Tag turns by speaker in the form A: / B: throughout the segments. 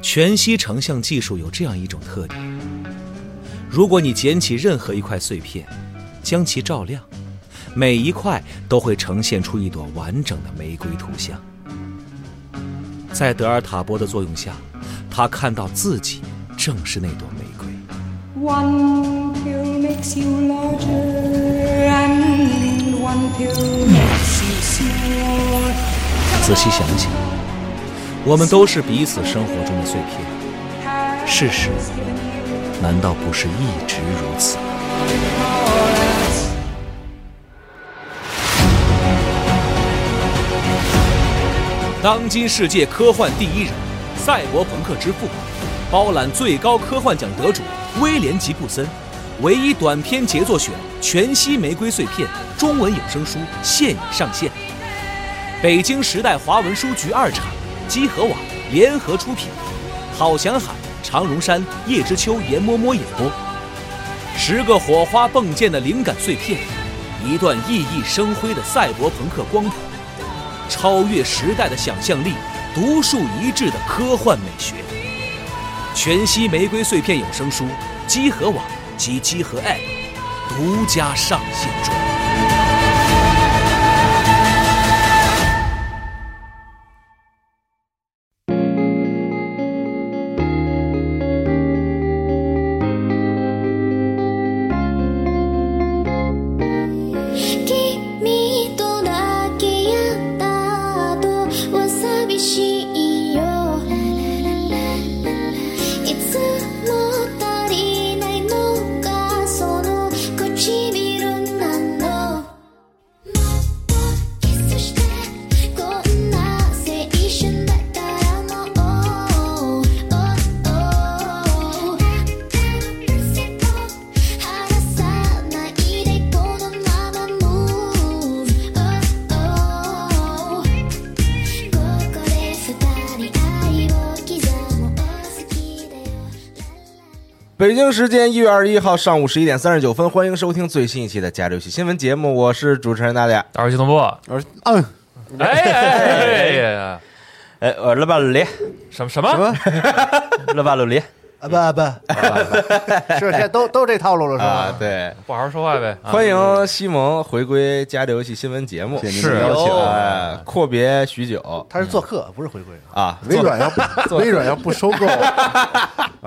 A: 全息成像技术有这样一种特点：如果你捡起任何一块碎片，将其照亮，每一块都会呈现出一朵完整的玫瑰图像。在德尔塔波的作用下，他看到自己正是那朵玫瑰。
B: One pill makes you larger, and one pill makes you smaller.
A: 仔细想想，我们都是彼此生活中的碎片，事实难道不是一直如此？当今世界科幻第一人，赛博朋克之父，包揽最高科幻奖得主威廉吉布森，唯一短篇杰作选《全息玫瑰碎片》中文有声书现已上线。北京时代华文书局二厂、积禾网联合出品，郝祥海、常荣山、叶知秋、严嬷嬷演播。十个火花迸溅的灵感碎片，一段熠熠生辉的赛博朋克光谱，超越时代的想象力，独树一帜的科幻美学。全息玫瑰碎片有声书，积禾网及积禾 App 独家上线中。
C: 君と抱き合った後は寂しいよいつも足りないのがその唇なの「もっとキスしてこんな青春だったらもう」「あ汗と離さないでこのままムーブ」「ここで二人愛を刻もう好きだよ」
D: 北京时间一月二十一号上午十一点三十九分，欢迎收听最新一期的《加州戏新闻》节目，我是主持人大家。
E: 大耳机同步，
F: 我说嗯，
E: 哎哎哎，
D: 哎，我勒巴鲁里，
E: 什么什么？
D: 勒巴鲁里
F: 啊不 不，是现在都都这套路了是
D: 啊，
F: 吧？
D: 对，
E: 不好好说话呗。
D: 欢迎西蒙回归《加州戏新闻》节目，
F: 谢谢您
E: 的
D: 是
E: 邀
F: 请
D: 哎阔别许久
F: 他是做客，不是回归
D: 啊，
G: 微软要不微软要不收购，嗯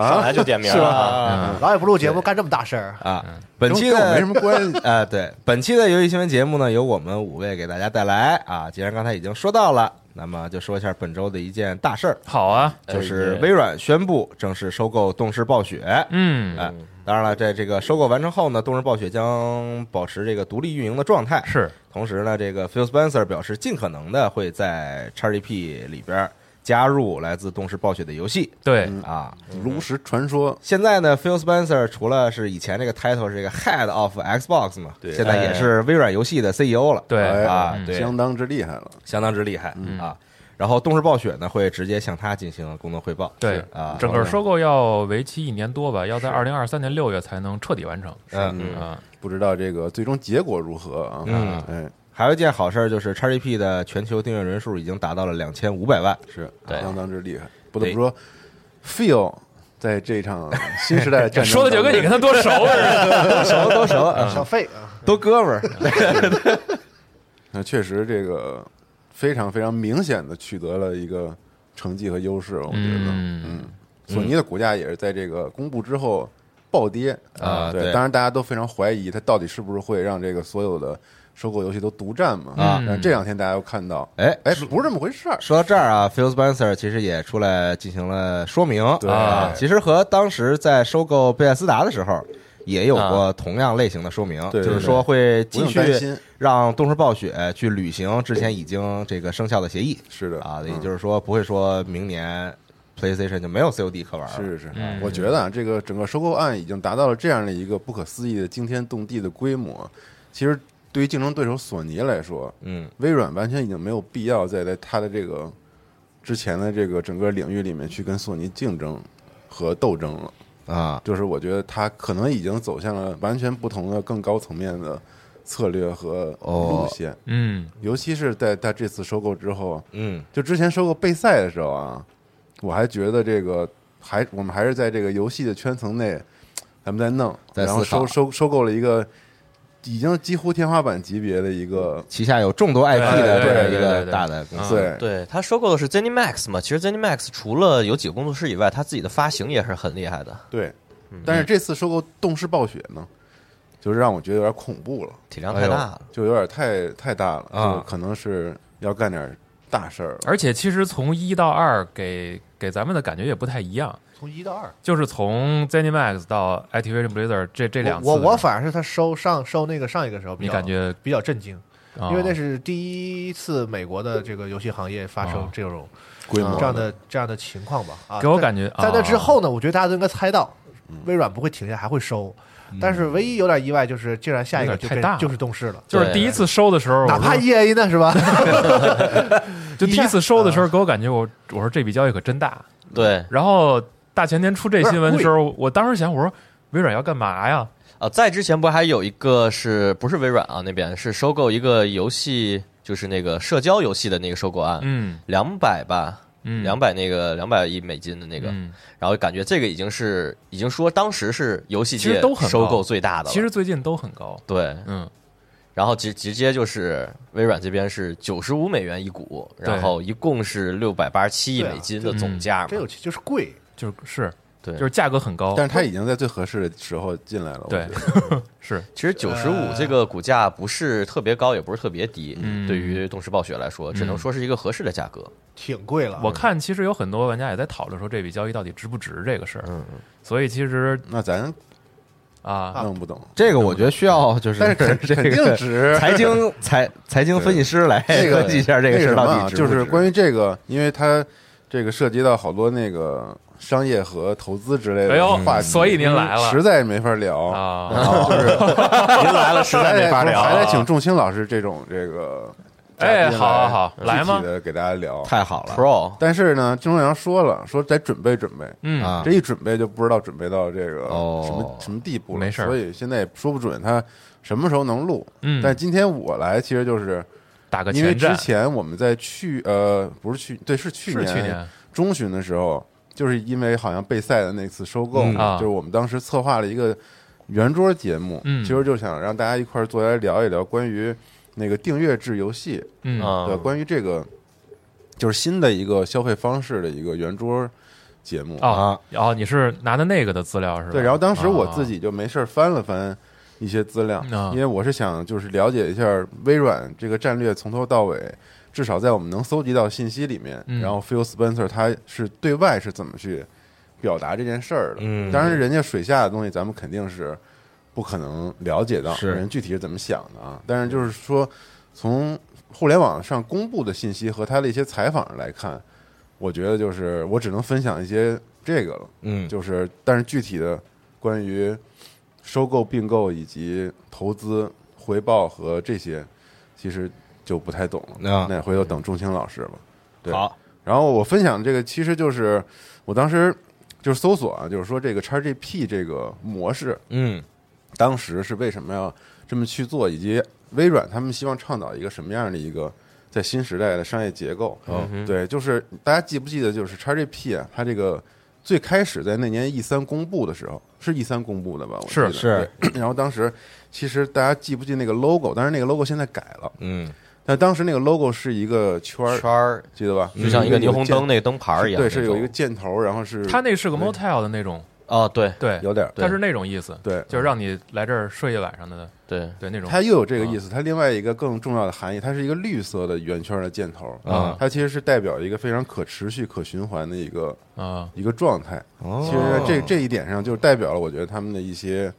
H: 上来就点名
F: 是吧
H: 了，
F: 啊。老也不录节目，干这么大事儿，
D: 啊，本
G: 跟
D: 期
G: 跟我
D: 的
G: 没什么关系。
D: 啊，对，本期的游戏新闻节目呢，由我们五位给大家带来啊。既然刚才已经说到了，那么就说一下本周的一件大事儿，
E: 好啊，
D: 就是微软宣布正式收购动视暴雪。
E: 嗯，
D: 哎，当然了，在这个收购完成后呢，动视暴雪将保持这个独立运营的状态。
E: 是
D: 同时呢，这个 Phil Spencer 表示，尽可能的会在 XGP 里边加入来自动视暴雪的游戏
E: 对，
D: 啊。
G: 炉石嗯传说
D: 现在呢，Phil Spencer 除了是以前这个 title 是这个 Head of Xbox 嘛，
H: 对
D: 现在也是微软游戏的 CEO 了。
E: 对
G: 哎
D: 啊，
E: 嗯
D: 对，
G: 相当之厉害了，嗯
D: 相当之厉害啊。然后动视暴雪呢会直接向他进行功能汇报。
E: 对
D: 是啊，
E: 整个收购要为期一年多吧，要在二零二三年六月才能彻底完成。
D: 嗯，
E: 啊，
G: 不知道这个最终结果如何啊？
D: 嗯
G: 哎，
D: 还有一件好事儿就是 XGP 的全球订阅人数已经达到了两千五百万。
G: 是
H: 对
G: 相当之厉害。不得不说，Phil 在这场新时代的战争
E: 说的
G: 当
E: 就
G: 中
E: 跟你跟他多熟似的。
D: 熟都熟， 啊
F: 小费啊，
D: 都哥们儿。
G: 那确实这个非常非常明显的取得了一个成绩和优势，我觉得，
E: 嗯
G: 嗯，索尼的股价也是在这个公布之后暴跌
D: 啊
G: 对
D: 对，
G: 当然大家都非常怀疑它到底是不是会让这个所有的收购游戏都独占嘛
D: 啊
G: 但是这两天大家又看到，
D: 哎，
G: 哎，不是这么回事儿，
D: 说到这儿啊，Phil Spencer 其实也出来进行了说明
G: 对
D: 啊，其实和当时在收购贝塞斯达的时候。也有过
E: 啊
D: 同样类型的说明，
G: 对对
D: 就是说会继
G: 不用担
D: 续
G: 心
D: 让动视暴雪去履行之前已经这个生效的协议
G: 是的
D: 啊，
G: 嗯
D: 也就是说不会说明年 PlayStation 就没有 COD 可玩了，
G: 是是
E: 嗯，
G: 我觉得啊，这个整个收购案已经达到了这样的一个不可思议的惊天动地的规模。其实对于竞争对手索尼来说，
D: 嗯，
G: 微软完全已经没有必要再在它的这个之前的这个整个领域里面去跟索尼竞争和斗争了。
D: 啊，
G: 就是我觉得它可能已经走向了完全不同的更高层面的策略和路线，
E: 嗯，
G: 尤其是在它这次收购之后，
D: 嗯
G: 就之前收购贝赛的时候啊，我还觉得这个还我们还是在这个游戏的圈层内，咱们在弄，
D: 在
G: 然后
D: 思考
G: 收收收购了一个已经几乎天花板级别的一个，
D: 旗下有众多 IP 的这
E: 对对
D: 么
E: 对
D: 一
E: 对
D: 个
E: 对对
D: 大的公司，
G: 对
H: 对他收购的是 ZeniMax 嘛，其实 ZeniMax 除了有几个工作室以外，他自己的发行也是很厉害的，
G: 对，
D: 嗯
G: 但是这次收购动视暴雪呢，就是让我觉得有点恐怖了，
H: 体量太大了。
G: 就有点太太大了，
D: 啊
G: 就可能是要干点大事儿了。
E: 而且其实从一到二给给咱们的感觉也不太一样，
F: 从一到二，
E: 就是从 ZeniMax 到 Activision Blizzard 这这两次，
F: 我我我反而是他收上收那个上一个时候比
E: 你
F: 较，
E: 感觉，
F: 比较震惊，
H: 哦
E: 啊
F: 因为那是第一次美国的这个游戏行业发生
E: 哦
F: 这种
G: 规模
H: 哦
F: 这样的这样的情况吧。啊，
E: 给我
F: 在
E: 感觉
F: 在那
E: 啊嗯
F: 之后呢，我觉得大家都应该猜到，微软不会停下，还会收。但是唯一有点意外就是，竟然下一个
E: 有点
F: 就
E: 太
F: 变
E: 大了
F: 就是动视了，
E: 就是第一次收的时候，
F: 哪怕
E: 我就
F: EA 呢是吧？
E: 就第一次收的时候，给我感觉我我说这笔交易可真大。
H: 对
E: 然后大前天出这新闻的时候，我当时想我说微软要干嘛呀？
H: 啊，在之前不还有一个是不是微软啊那边是收购一个游戏，就是那个社交游戏的那个收购案，
E: 嗯
H: 两百吧，
E: 嗯，
H: 两百那个两百亿美金的那个，
E: 嗯
H: 然后感觉这个已经是已经说当时是游戏
E: 其
H: 界
E: 实都很高
H: 收购最大的了，
E: 其实最近都很高。
H: 对，
E: 嗯，
H: 然后直直接就是微软这边是九十五美元一股，
E: 对
H: 然后一共是六百八十七亿
F: 对啊
H: 美金的
E: 嗯
H: 总价
F: 真
H: 嘛
F: 有，趣，就是贵，
E: 就是是，
H: 对，
E: 就是价格很高。
G: 但是他已经在最合适的时候进来了，我
E: 对
G: 觉得
E: 是
H: 其实九十五这个股价不是特别高，也不是特别低，
E: 嗯
H: 对于动视暴雪来说，只能说是一个合适的价格。
F: 挺贵了。
E: 我看其实有很多玩家也在讨论说这笔交易到底值不值这个事儿。所以其实
G: 那咱
E: 啊，
G: 弄不懂，
D: 这个我觉得需要就是，
G: 但是肯
D: 这
G: 肯定
D: 个
G: 值。
D: 财 经财财经分析师来
G: 这个
D: 分析一下这
G: 那
D: 个
G: 什
D: 事儿
G: 么
D: 到
G: 啊
D: 底值不
G: 就
D: 值
G: 是关于这个，因为它这个涉及到好多那个商业和投资之类
E: 哎
G: 的
E: 呦
G: 话题，
E: 所以您来了
G: 实在没法聊。
E: 啊，
G: 就是
H: 您来了，实
G: 实在
H: 在没法聊
G: 还
H: 啊
G: 得请仲卿老师这种这个嘉宾
E: 哎
G: 来
E: 好好好来
G: 具体
E: 吗
G: 的给大家聊。
D: 太好了
H: Pro
G: 但是呢，郑仲阳说了，说得准备准备，
E: 嗯，
D: 啊
G: 这！一准备就不知道准备到这个
D: 哦
G: 什么什么地步了，
E: 没事儿
G: 所以现在也说不准他什么时候能录。
E: 嗯
G: 但今天我来其实就是
E: 打个
G: 因为
E: 前
G: 之
E: 站
G: 前我们在去呃不是去对是去
E: 是去年
G: 中旬的时候，就是因为好像贝赛的那次收购，
D: 嗯
E: 啊
G: 就是我们当时策划了一个圆桌节目，
E: 嗯
G: 其实就想让大家一块儿坐下来聊一聊关于那个订阅制游戏
E: 嗯
H: 啊
G: 的，关于这个就是新的一个消费方式的一个圆桌节目。
E: 哦哦，你是拿的那个的资料是吧？
G: 对，然后当时我自
E: 己
G: 己就没事儿翻了翻一些资料，
E: 啊
G: 因为我是想就是了解一下微软这个战略从头到尾，至少在我们能搜集到信息里面，
E: 嗯
G: 然后 Phil Spencer 他是对外是怎么去表达这件事儿的。
D: 嗯
G: 当然人家水下的东西咱们肯定是不可能了解到，
D: 是
G: 人具体是怎么想的啊。但是就是说从互联网上公布的信息和他的一些采访来看，我觉得就是我只能分享一些这个了。
D: 嗯，
G: 就是但是具体的关于收购、并购以及投资回报和这些，其实就不太懂了。
D: 啊
G: 那回头等钟青老师吧。对
D: 好，
G: 然后我分享这个，其实就是我当时就是搜索啊，就是说这个 XGP 这个模式，
D: 嗯
G: 当时是为什么要这么去做，以及微软他们希望倡导一个什么样的一个在新时代的商业结构。
H: 哦
G: 嗯、对，就是大家记不记得，就是 XGP 啊，它这个最开始在那年 E 三公布的时候，是 E 三公布的吧？我记得
D: 是
G: 对 然后当时其实大家记不记那个 logo？但是那个 logo 现在改了，
D: 嗯，
G: 但当时那个 logo 是一个圈儿，
H: 圈儿
G: 记得吧？
H: 就像一个霓虹灯
G: 那
H: 那个灯牌儿一样，
G: 对，是有一个
H: 那种
G: 箭头，然后是
E: 他那是个 motel 的那种，
H: 哦，对
E: 对，
G: 有点儿
E: 它是那种意思，
G: 对
E: 就是让你来这儿睡一晚上的，
H: 对，
E: 对那种。
G: 它又有这个意思，它另外一个更重要的含义，它是一个绿色的圆圈的箭头
D: 啊
G: 它其实是代表一个非常可持续、可循环的一个
E: 啊，
G: 一个状态。
D: 哦
G: 其实这这一点上，就是代表了我觉得他们的一些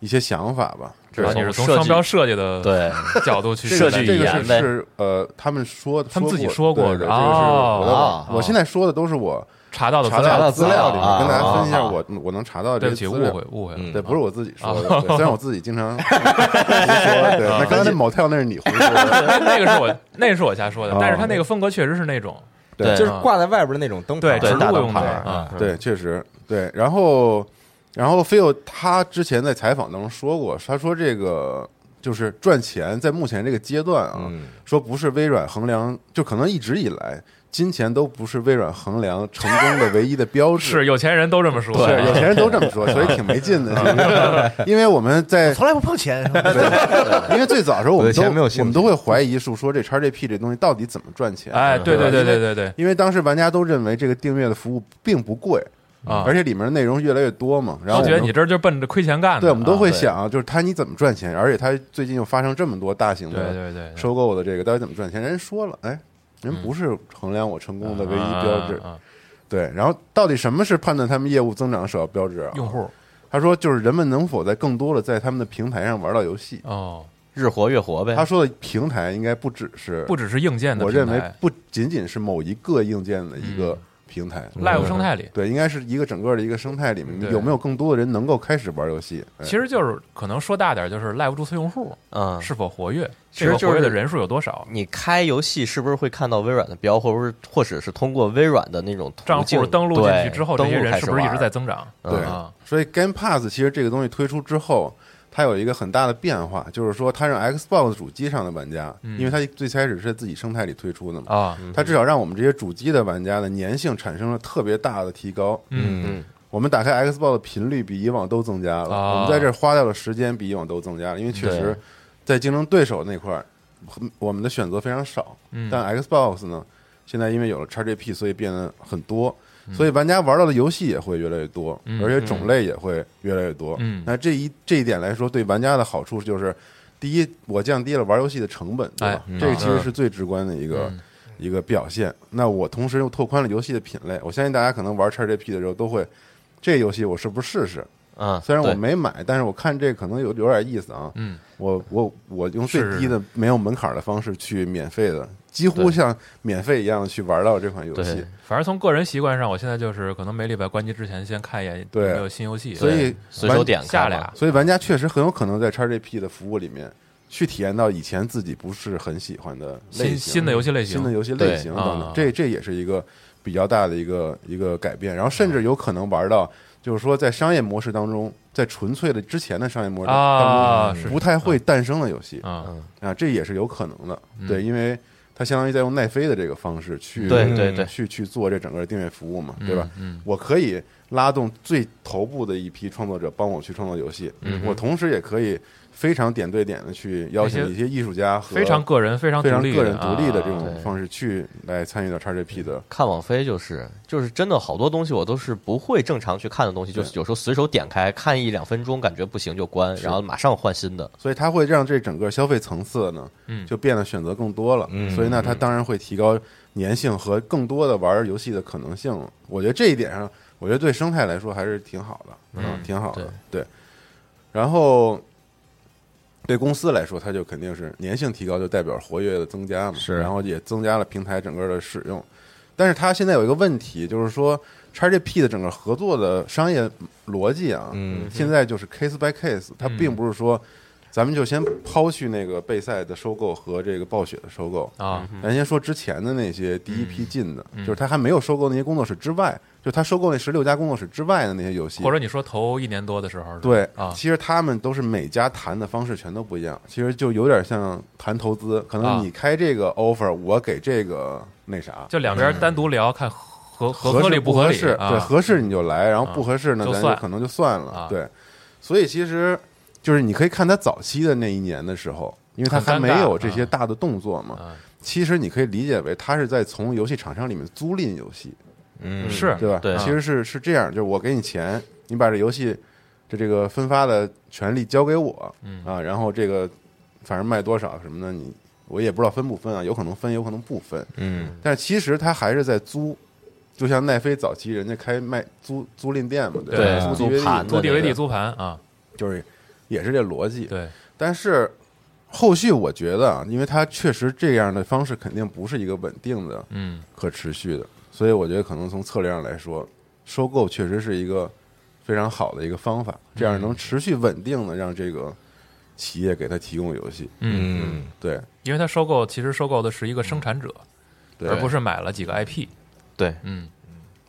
G: 一些想法吧。这
E: 然后你是从商标设计的
H: 对，
E: 角度去
H: 设计
E: 来
G: 这个
H: 语
G: 是
H: 言呗
G: 是呃，他们说
E: 他们自己
G: 说
E: 说过
G: 对对
E: 的
G: 这个是
E: 哦
G: 我的
H: 哦
G: 我现在说的都是我
E: 查到的资
G: 查
E: 料
G: 到
D: 到
G: 的
D: 的
G: 资
D: 资
G: 料
D: 料
G: 里
D: 里
G: 面，
D: 面
G: 跟大家分析一下
H: 啊
G: 我我能查到的
E: 对
G: 这
E: 不
G: 些
E: 起，
G: 资
E: 误
G: 料
E: 会。误会了。
G: 对，
E: 啊
G: 不是我自己说的，对虽然我自己经常胡说，对，那刚才那 motel 那是你胡说的，
E: 那个是我，那个是我瞎说的
G: 啊，
E: 但是他那个风格确实是那 种，
G: 对
D: 就是挂在外边那种灯牌
E: 对，
D: 儿，
E: 植
H: 对
E: 入
H: 大
E: 用
H: 灯牌
E: 的
H: 儿
E: 啊，
D: 嗯
G: 对，确实对。然后，然后菲 i 他之前在采访当中说过，他说这个就是赚钱，在目前这个阶段啊，
D: 嗯
G: 说不是微软衡量，就可能一直以来，金钱都不是微软衡量成功的唯一的标 志。
E: 是有钱人都这么说，啊
G: 是，有钱人都这么说，所以挺没劲的。其实因为我们在
F: 从来不碰 钱，
G: 对因为最早的时候，我
D: 我对
G: 们都
D: 钱没有兴趣
G: 我们都会怀疑是说这 XGP 这东西到底怎么赚钱。
E: 哎，对对对对对对，
G: 因为当时玩家都认为这个订阅的服务并不贵
E: 啊
G: 嗯而且里面的内容越来越多嘛。然后
E: 都觉
G: 我
E: 得
G: 们
E: 你这就奔着亏钱干的，
G: 对，我们都会
E: 啊
G: 想，就是他你怎么赚钱？而且他最近又发生这么多大型
E: 对
G: 的
E: 对对，嗯
G: 收购的这个，到底怎么赚钱？人家说了，哎，人不是衡量我成功的唯一标志
E: 啊。啊啊
G: 对，然后到底什么是判断他们业务增长的首要标志啊？
E: 用户
G: 他说，就是人们能否在更多的在他们的平台上玩到游戏。
E: 哦，
H: 日活月活呗
G: 他。说的平台应该不只是，
E: 不只是硬件的
G: 我
E: 平
G: 认
E: 台，嗯
G: 为不仅仅是某一个硬件的一个平台。
E: Live 生态里，
G: 对，应该是一个整个的一个生态里面
E: 对
G: 有没有更多的人能够开始玩游戏？哎
E: 其实就是可能说大点儿，就是 Live 注册用户
H: 嗯，
E: 是否活跃，
H: 其实
E: 这个活跃
H: 就
E: 的
H: 是
E: 人数有多少，
H: 你开游戏是不是会看到微软的标，或者是或者是通过微软的那种途
E: 账
H: 径
E: 户登录进去之后，
H: 对
E: 这些
H: 登录
E: 人
H: 开
E: 是
H: 始
E: 不是一直
H: 玩
E: 在增长？
G: 对
E: 啊，
G: 所以 Game Pass 其实这个东西推出之后，它有一个很大的变化，就是说它让 Xbox 主机上的玩家，
E: 嗯
G: 因为它最开始是自己生态里推出的嘛，
E: 啊，
G: 它至少让我们这些主机的玩家的粘性产生了特别大的提高。
E: 嗯
G: 我们打开 Xbox 的频率比以往都增加了，
E: 啊
G: 我们在这儿花掉的时间比以往都增加了，因为确实
H: 对
G: 在竞争对手那块儿，很我们的选择非常少。
E: 嗯
G: 但 Xbox 呢，现在因为有了 XGP，所以变得很多，所以玩家玩到的游戏也会越来越多，
E: 嗯
G: 而且种类也会越来越多。
E: 嗯
G: 那这一这一点来说，对玩家的好处就是，第一，我降低了玩游戏的成本，对吧？
E: 哎嗯嗯
G: 这个其实是最直观的一个。一个表现，那我同时又拓宽了游戏的品类。我相信大家可能玩 XGP 的时候都会，这个游戏我是不是试试？
H: 嗯，
G: 虽然我
H: 对
G: 没买，但是我看这可能有有点意思啊。
E: 嗯，
G: 我我我用
E: 是
G: 最低的没有门槛的方式去免费的，几乎
H: 对
G: 像免费一样的去玩到这款游戏
H: 对。
E: 反正从个人习惯上，我现在就是可能每礼拜关机之前先看一眼有
G: 对
E: 没有新游戏，
G: 所以
H: 随
G: 玩
H: 手点
E: 下
H: 开
E: 俩
H: 嘛，
G: 所以玩家确实很有可能在 XGP 的服务里面去体验到以前自己不是很喜欢的类
E: 新
G: 型、
E: 新的游戏类型
G: 新的游戏类型
E: 对啊
G: 等等，这这也是一个比较大的一个一个改变。然后甚至有可能玩到，就是说在商业模式当中，在纯粹的之前的商业模式
E: 啊
G: 当
E: 是
G: 中不太会诞生的游戏
E: 啊，嗯
G: 啊，这也是有可能的。对，因为它相当于在用奈飞的这个方式去
H: 对对对
G: 去去做这整个订阅服务嘛，对吧？
E: 嗯，
G: 我可以拉动最头部的一批创作者帮我去创作游戏，
E: 嗯
G: 我同时也可以非常点对点的去邀请
E: 那些
G: 一些艺术家和
E: 非常个人非常
G: 非常
E: 独立
G: 个人独立的
E: 啊
G: 这种
H: 对
G: 方式去来参与到 XGP 的。
H: 看网飞就是就是真的好多东西我都是不会正常去看的东西，就是有时候随手点开看一两分钟，感觉不行就关，然后马上换新的。
G: 所以它会让这整个消费层次呢，
E: 嗯
G: 就变得选择更多了。所以呢，它当然会提高粘性和更多的玩游戏的可能性了。我觉得这一点上，我觉得对生态来说还是挺好的，啊
E: 嗯
G: 挺好的。对，然后对公司来说，它就肯定是粘性提高，就代表活跃的增加嘛，
D: 是
G: 然后也增加了平台整个的使用。但是它现在有一个问题，就是说 XGP 的整个合作的商业逻辑啊，
D: 嗯
G: 现在就是 case by case，它并不是说咱们就先抛去那个贝赛的收购和这个暴雪的收购，
E: 啊，
G: 咱先说之前的那些第一
E: 嗯
G: 批进的，就是他还没有收购那些工作室之外，就他收购那十六家工作室之外的那些游戏
E: 或，者你说头一年多的时候是吧，
G: 对
E: 啊，
G: 其实他们都是每家谈的方式全都不一样，其实就有点像谈投资，可
E: 啊
G: 能你开这个 offer，我给这个那啥，
E: 就两边单独聊看合合
G: 合
E: 合理
G: 适不
E: 合
G: 合
E: 理
G: 适，
E: 啊
G: 对，合适你就来，然后不合适呢，
E: 就
G: 咱
E: 算
G: 就可能就算
E: 啊
G: 了，对。所以其实就是你可以看他早期的那一年的时候，因为他
E: 很
G: 还
E: 尴
G: 没
E: 尬
G: 有这些
E: 啊
G: 大的动作嘛
E: 啊，
G: 其实你可以理解为他是在从游戏厂商里面租赁游戏，
H: 嗯，
E: 是
G: 对吧？
H: 对
G: 其实是是这样，就是我给你钱，你把这游戏的这个分发的权利交给我，
H: 嗯
G: 啊，然后这个反正卖多少什么的，你我也不知道分不分啊，有可能分，有可能不分，
H: 嗯，
G: 但是其实他还是在租。就像奈飞早期人家开卖租租赁店嘛，对
H: 对
G: 吧？
H: 租
G: DVD
H: 盘
E: 租
H: 的那个
E: DVD 租盘啊，
G: 就是也是这逻辑。
E: 对，
G: 但是后续我觉得啊，因为它确实这样的方式肯定不是一个稳定的、
E: 嗯
G: 可持续的，所以我觉得可能从策略上来说，收购确实是一个非常好的一个方法，这样能持续稳定的让这个企业给它提供游戏。
E: 嗯，
D: 嗯，
G: 对
E: 因为它收购其实收购的是一个生产者，
G: 嗯对，
E: 而不是买了几个 IP，
H: 对，
E: 嗯，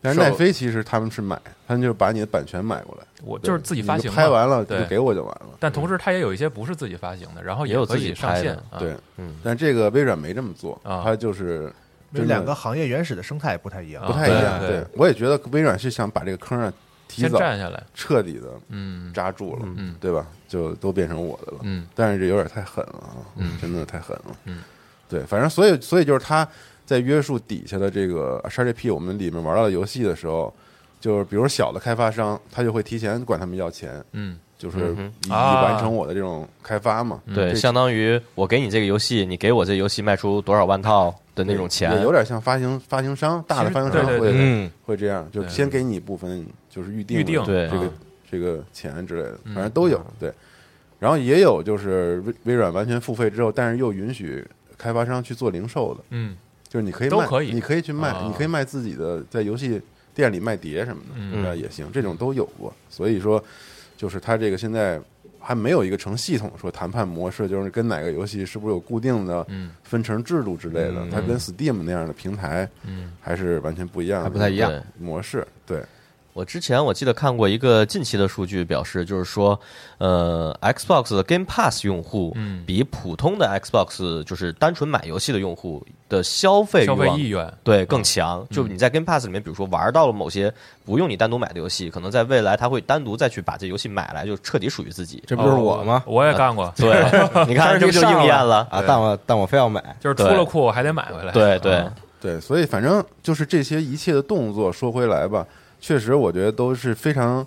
G: 但是奈飞其实他们是买，他们就是把你的版权买过来，
E: 我
G: 对
E: 就是自己发行
G: 你
E: 嘛，
G: 拍完了你就
E: 对
G: 给我就完了。
E: 但同时它也有一些不是自己发行的，然后
H: 也有
E: 可
H: 自己
E: 以上
H: 拍
E: 线
H: 的
E: 啊。
G: 对，
H: 嗯，
G: 但这个微软没这么做，
E: 啊
G: 它就是
F: 这
G: 真的
F: 两个行业原始的生态不太一样
E: 啊
G: 不太一样。
E: 对
G: 对
E: 对
G: 我也觉得微软是想把这个坑啊提
E: 先
G: 早
E: 站下来，
G: 彻底的
E: 嗯
G: 扎住了，
E: 嗯
G: 对吧？就都变成我的了。
E: 嗯
G: 但是这有点太狠了啊，
E: 嗯
G: 真的太狠了。
E: 嗯，
G: 对，反正所以所以就是他在约束底下的这个 XGP 我们里面玩到的游戏的时候，就是比如小的开发商，他就会提前管他们要钱，
E: 嗯，
G: 就是
H: 嗯哼
G: 以、
E: 啊嗯
G: 以完成我的这种开发嘛。
H: 对，
G: 这
H: 相当于我给你这个游戏，你给我这游戏卖出多少万套的那种钱
G: 也，有点像发行发行商，大的
E: 其实
G: 发行商
E: 对对
G: 会
E: 对
D: 嗯，
G: 会这样，就
E: 对
G: 先给你一部分就是预定的
E: 预定
H: 对
G: 这个
E: 啊
G: 这个钱之类的，
E: 嗯
G: 反正都有对。然后也有就是微微软完全付费之后，但是又允许开发商去做零售的，
E: 嗯
G: 就是你可以
E: 都
G: 卖，
E: 可以
G: 你可以去卖，
E: 啊
G: 你可以卖自己的在游戏店里卖碟什么的，
E: 嗯
G: 对吧也行，这种都有过。所以说，就是它这个现在还没有一个成系统说谈判模式，就是跟哪个游戏是不是有固定的
E: 嗯
G: 分成制度之类的，它跟 Steam 那样的平台
E: 嗯
G: 还是完全不一样的，
D: 还不太一
H: 对
D: 样。
G: 模式，对，
H: 我之前我记得看过一个近期的数据，表示就是说，呃，Xbox 的 Game Pass 用户
E: 嗯
H: 比普通的 Xbox 就是单纯买游戏的用户的消费欲
E: 消费
H: 望
E: 意愿
H: 对更强。就你在 Game Pass 里面，比如说玩到了某些不用你单独买的游戏，可能在未来他会单独再去把这游戏买来，就彻底属于自己。呃
D: 这不是我吗？
E: 哦我也干过，
H: 对，你看这不就应验 了？
D: 啊！但我但我非要买，
E: 就是出
H: 对
E: 了库我还得买回来。
H: 对对
E: 啊
G: 对，所以反正就是这些一切的动作，说回来吧，确实我觉得都是非常，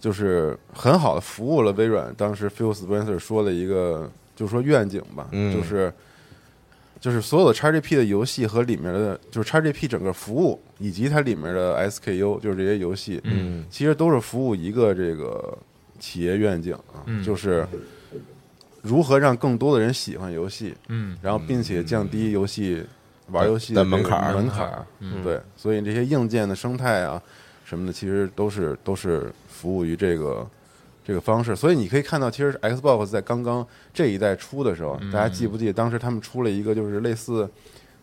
G: 就是很好的服务了微软。当时 Phil Spencer 说的一个，就是说愿景吧，
D: 嗯
G: 就是就是所有的 XGP 的游戏和里面的，就是 XGP 整个服务以及它里面的 SKU，就是这些游戏，
E: 嗯，
G: 其实都是服务一个这个企业愿景啊，
E: 嗯
G: 就是如何让更多的人喜欢游戏，
E: 嗯
G: 然后并且降低游戏玩游戏
D: 的
G: 这个
D: 门槛儿
G: 门槛儿，
E: 嗯
G: 对，所以这些硬件的生态啊什么的，其实都是都是服务于这个这个方式。所以你可以看到，其实 Xbox 在刚刚这一代出的时候，
E: 嗯
G: 大家记不记得当时他们出了一个就是类似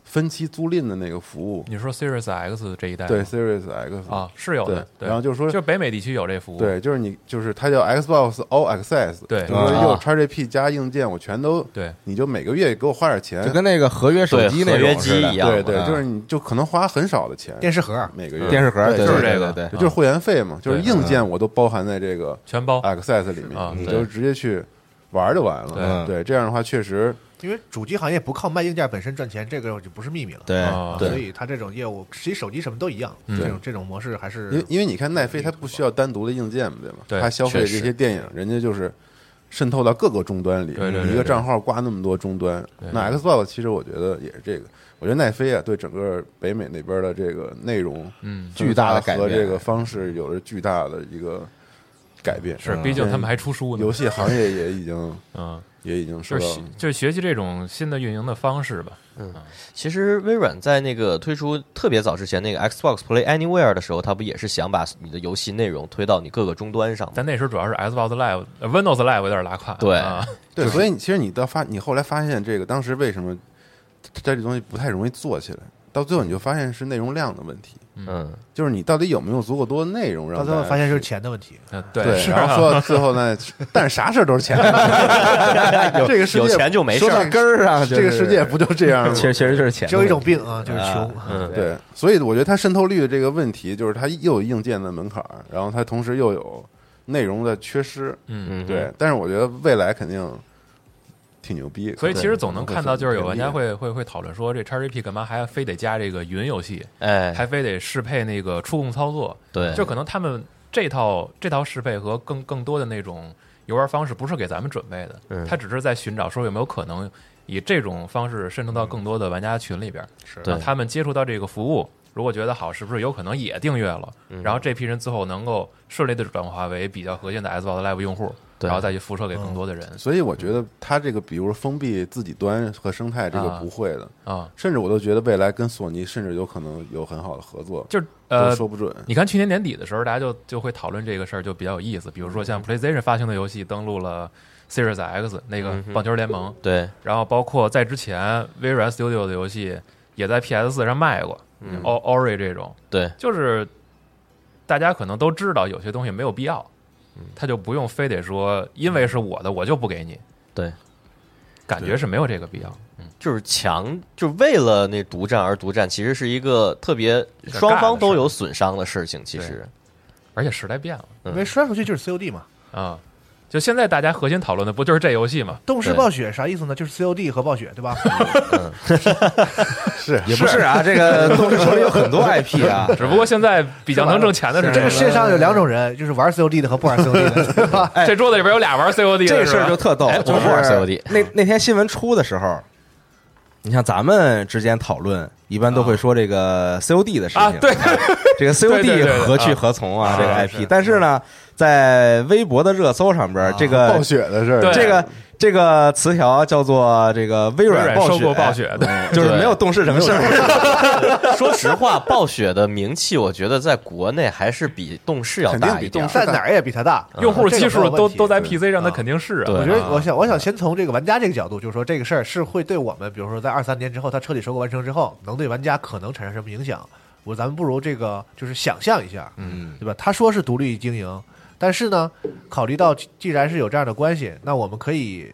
G: 分期租赁的那个服务？
E: 你说 Series X 这一代
G: 对
E: 吗
G: ，Series X
E: 嗯啊是有的
G: 对，
E: 对
G: 然后就是说
E: 就北美地区有这服务，
G: 对，就是你，就是它叫 Xbox All Access，
E: 对
G: 就是说
D: 啊
G: 又 XGP 加硬件，我全都，
E: 对
G: 你就每个月给我花点钱
D: 就，跟那个合约手
H: 对，
D: 机
H: 合
D: 那
H: 约
D: 种
H: 机
D: 似的
H: 一，样，
G: 对对，
D: 啊
G: 就是你就可能花很少的钱，
F: 电视盒
G: 每个月
D: 电视盒，
G: 对
D: 对
E: 就是
D: 对
E: 这个
D: 对，对
G: 就是会员费嘛，就是
E: 对嗯
G: 硬件我都包含在这个
E: 全包。
G: Access 里面
E: 啊，
G: 你
H: 对
G: 就直接去玩就完了。
D: 对
G: 对，这样的话确实
F: 因为主机行业不靠卖硬件本身赚钱，这个就不是秘密了。
H: 对
E: 啊
F: 所
H: 对
F: 以它这种业务，其实手机什么都一样，
E: 嗯
F: 这种这种模式还
G: 因为
F: 是
G: 因为你看奈飞，它不需要单独的硬件嘛，对吧？
E: 对
G: 它消费
H: 确
G: 这
H: 实
G: 些电影，人家就是渗透到各个终端里，
E: 对对对
G: 一个账号挂那么多终端。那 Xbox 其实我觉得也是这个，我觉得奈飞啊，对整个北美那边的这个内容
E: 嗯，
D: 巨大的改
G: 和
D: 变
G: 这个方式有着巨大的一个改变。嗯
E: 是，毕竟他们还出书呢。
G: 游戏行业也已经
E: 嗯，
G: 也已经受
E: 就是
G: 到
E: 学就是学习这种新的运营的方式吧。
H: 其实微软在那个推出特别早之前那个 Xbox Play Anywhere 的时候，它不也是想把你的游戏内容推到你各个终端上吗？
E: 但那时候主要是 Xbox Live、呃 Windows Live 有点拉胯。
H: 对
E: 啊
G: 对，所以你其实你到发你后来发现这个当时为什么这这东西不太容易做起来，到最后你就发现是内容量的问题。
H: 嗯，
G: 就是你到底有没有足够多的内容让
F: 到最后
G: 大家
F: 发现是
G: 去
F: 钱的问题。
E: 嗯
G: 对，
E: 是
G: 然后说到最后呢，但是啥事儿都是钱，这个世界
H: 有钱就没事
G: 说
H: 儿
G: 到
D: 根儿上就是
G: 这个世界不就这样吗
D: 其？实其实就是钱，
F: 只有一种病啊，就是穷。
H: 嗯
G: 对，所以我觉得它渗透率的这个问题，就是它又有硬件的门槛儿，然后它同时又有内容的缺失，
E: 嗯，
H: 嗯，
G: 对。但是我觉得未来肯定挺牛逼，
E: 所以其
G: 可
E: 实
G: 能
E: 总能看到，就是有玩家
G: 挺厉害
E: 会会会讨论说，这 XGP 干嘛还非得加这个云游戏，
H: 哎，
E: 还非得适配那个触控操作？
H: 对，
E: 就可能他们这套这套适配和更更多的那种游玩方式，不是给咱们准备的，他只是在寻找说有没有可能以这种方式渗透到更多的玩家群里边，是
H: 对
E: 他们接触到这个服务。如果觉得好，是不是有可能也订阅了？然后这批人最后能够顺利的转化为比较核心的 Xbox Live 用户，
H: 对
E: 然后再去辐射给更多的人
G: 所以我觉得它这个，比如说封闭自己端和生态，这个
E: 啊
G: 不会的，
E: 啊。
G: 甚至我都觉得未来跟索尼甚至有可能有很好的合作，
E: 就是
G: 都
E: 呃，
G: 说不准。
E: 你看去年年底的时候，大家就就会讨论这个事儿，就比较有意思。比如说
H: 嗯
E: 像 PlayStation 发行的游戏登录了 Series X 那
H: 嗯
E: 个棒球联盟，
H: 对，
E: 然后包括在之前微软 Studio 的游戏也在 PS 4上卖过，O Ori 这种，
H: 嗯对，
E: 就是大家可能都知道有些东西没有必要，
H: 嗯
E: 他就不用非得说因为是我的我就不给你，
H: 对，
E: 感觉是没有这个必要。
H: 就是强，就是为了那独占而独占，其实是一个特别
E: 个
H: 双
E: 尬的
H: 方
E: 事
H: 都
E: 儿
H: 有损伤的事情。其
E: 对
H: 实，
E: 而且时代变了
H: 嗯
F: 因为说来说去就是 COD 嘛，
E: 啊、就现在大家核心讨论的不就是这游戏吗？
F: 动视
H: 对
F: 暴雪啥意思呢？就是 COD 和暴雪，对吧？
G: 是
D: 也不是 啊，这个动视手里有很多 IP 啊，
E: 只不过现在比较能挣钱的是
F: 这个世
E: 这
F: 界上有两种人，就是玩 COD 的和不玩 COD 的，对吧？
D: 哎
E: 这桌子里边有俩玩 COD 的
D: 这
E: 是
D: 事儿
E: 吧
D: 就特逗
H: 哎，
D: 就
H: 我不玩
D: 是
H: COD
D: 那那天新闻出的时候，你像咱们之间讨论，一般都
G: 啊
D: 会说这个 COD 的事
E: 啊
D: 情，，
E: 对，
D: 这个
E: 对对对
D: COD
E: 对
D: 何去
E: 啊
D: 何从啊？这个
E: 啊
D: IP，但是呢，在微博的热搜上边儿，这个
G: 暴雪的事儿，
E: 对
D: 这个这个词条叫做这个微
E: 微
D: 软嗯
E: 软收购暴雪，对，
D: 就是
H: 对
D: 没有动视成事儿，
H: 说实话，暴雪的名气，我觉得在国内还是比动视要
G: 肯定
H: 大
G: 比
H: 一点
G: 动
H: 儿。
G: 视
F: 在哪儿也比他大，
E: 用户
F: 这个
E: 基
F: 没
E: 数
F: 有问
E: 都
F: 题
E: 都在
G: 对
E: PC 上，那
H: 啊
E: 肯定是啊。
H: 对
F: 我觉得，
H: 啊
F: 我想，我想先从这个玩家这个角度，就是说这个事儿是会对我们，比如说在二三年之后，它彻底收购完成之后，能对玩家可能产生什么影响？我咱们不如这个就是想象一下，嗯，对吧？他说是独立经营，但是呢，考虑到既然是有这样的关系，那我们可以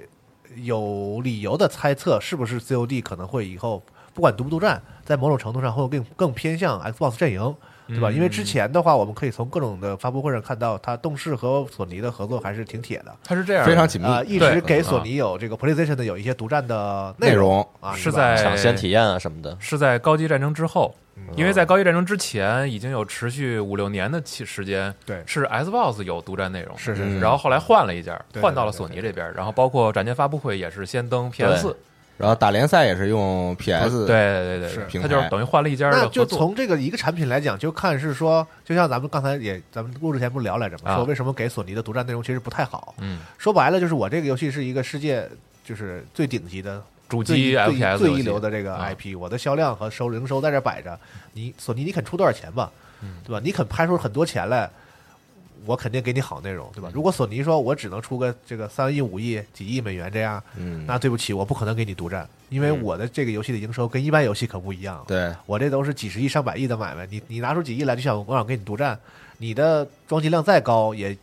F: 有理由的猜测，是不是 COD 可能会以后不管独不独占，在某种程度上会更更偏向 Xbox 阵营，对吧？因为
H: 嗯
F: 之前的话，我们可以从各种的发布会上看到，它动视和索尼的合作还是挺铁的。
E: 它是这样的，
D: 非常紧密
F: 啊、。一直给索尼有这个 PlayStation 的有一些独占的
D: 内
F: 容
D: 容
F: 啊，
E: 是
F: 吧
E: 在
H: 抢先体验啊什么的，
E: 是在高级战争之后，
F: 嗯
E: 因为在高级战争之前已经有持续五六年的期时间，
F: 对
E: 是 Xbox 有独占内容，
F: 是是是
E: 然后后来换了一家，
F: 嗯对
E: 换到了索尼这边，然后包括展前发布会也是先登 PS，
D: 然后打联赛也是用 PS，
E: 对对对
D: 是
E: 对，它就是等于换了一家的
F: 那就
E: 合作，
F: 从这个一个产品来讲，就看是说，就像咱们刚才也咱们录之前不是聊来着嘛，
E: 啊
F: 说为什么给索尼的独占内容其实不太好。
E: 嗯，
F: 说白了就是我这个游戏是一个世界就是最顶级的、
E: 主
F: 最
E: 机
F: 一最
E: FPS
F: 一最
E: 游
F: 一
E: 戏
F: 流的这个
E: 啊
F: IP，我的销量和收营收在这摆着，你索尼你肯出多少钱吧，
E: 嗯
F: 对吧？你肯拍出很多钱来。我肯定给你好内容，对
E: 嗯
F: 吧？如果索尼说我只能出个这个三亿、五亿、几亿美元这样，
D: 嗯，
F: 那对不起，我不可能给你独占，因为
E: 嗯
F: 我的这个游戏的营收跟一般游戏可不一样。，
D: 对，
F: 我这都是几十亿、上百亿的买卖，你你拿出几亿来就想我想给你独占，你的装机量再高，也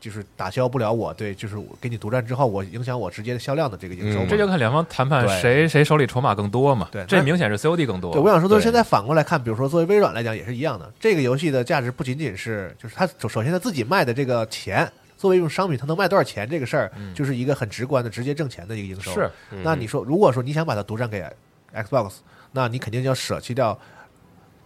F: 就是打消不了我对，就是我给你独占之后，我影响我直接的销量的这个营收嘛。
D: 嗯
E: 这就看两方谈判
F: 对
E: 谁谁手里筹码更多嘛
F: 对，
E: 这
F: 那
E: 明显是 COD 更多，
F: 对，我想说的是，
D: 对
F: 现在反过来看，比如说作为微软来讲也是一样的，这个游戏的价值不仅仅是就是它首首先它自己卖的这个钱，作为一种商品，它能卖多少钱这个事儿，就是一个很直观的直接挣钱的一个营收。
E: 是，
F: 那你说如果说你想把它独占给 Xbox，那你肯定要舍弃掉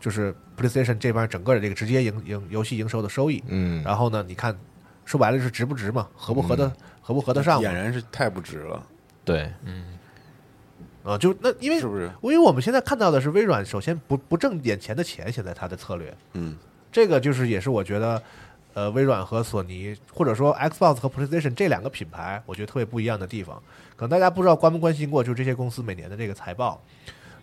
F: 就是 PlayStation 这边整个的这个直接营营游戏营收的收益。
D: 嗯，
F: 然后呢，你看说白了就是值不值嘛，合不合得、合不合得上嘛
G: 俨？然是太不值了，
H: 对，
F: 啊，就那因为
G: 是不是？
F: 因为我们现在看到的是微软，首先不不挣眼前的钱，现在它的策略，
G: 嗯，
F: 这个就是也是我觉得，呃，微软和索尼或者说 Xbox 和 PlayStation 这两个品牌，我觉得特别不一样的地方。可能大家不知道关不关心过，就是这些公司每年的这个财报，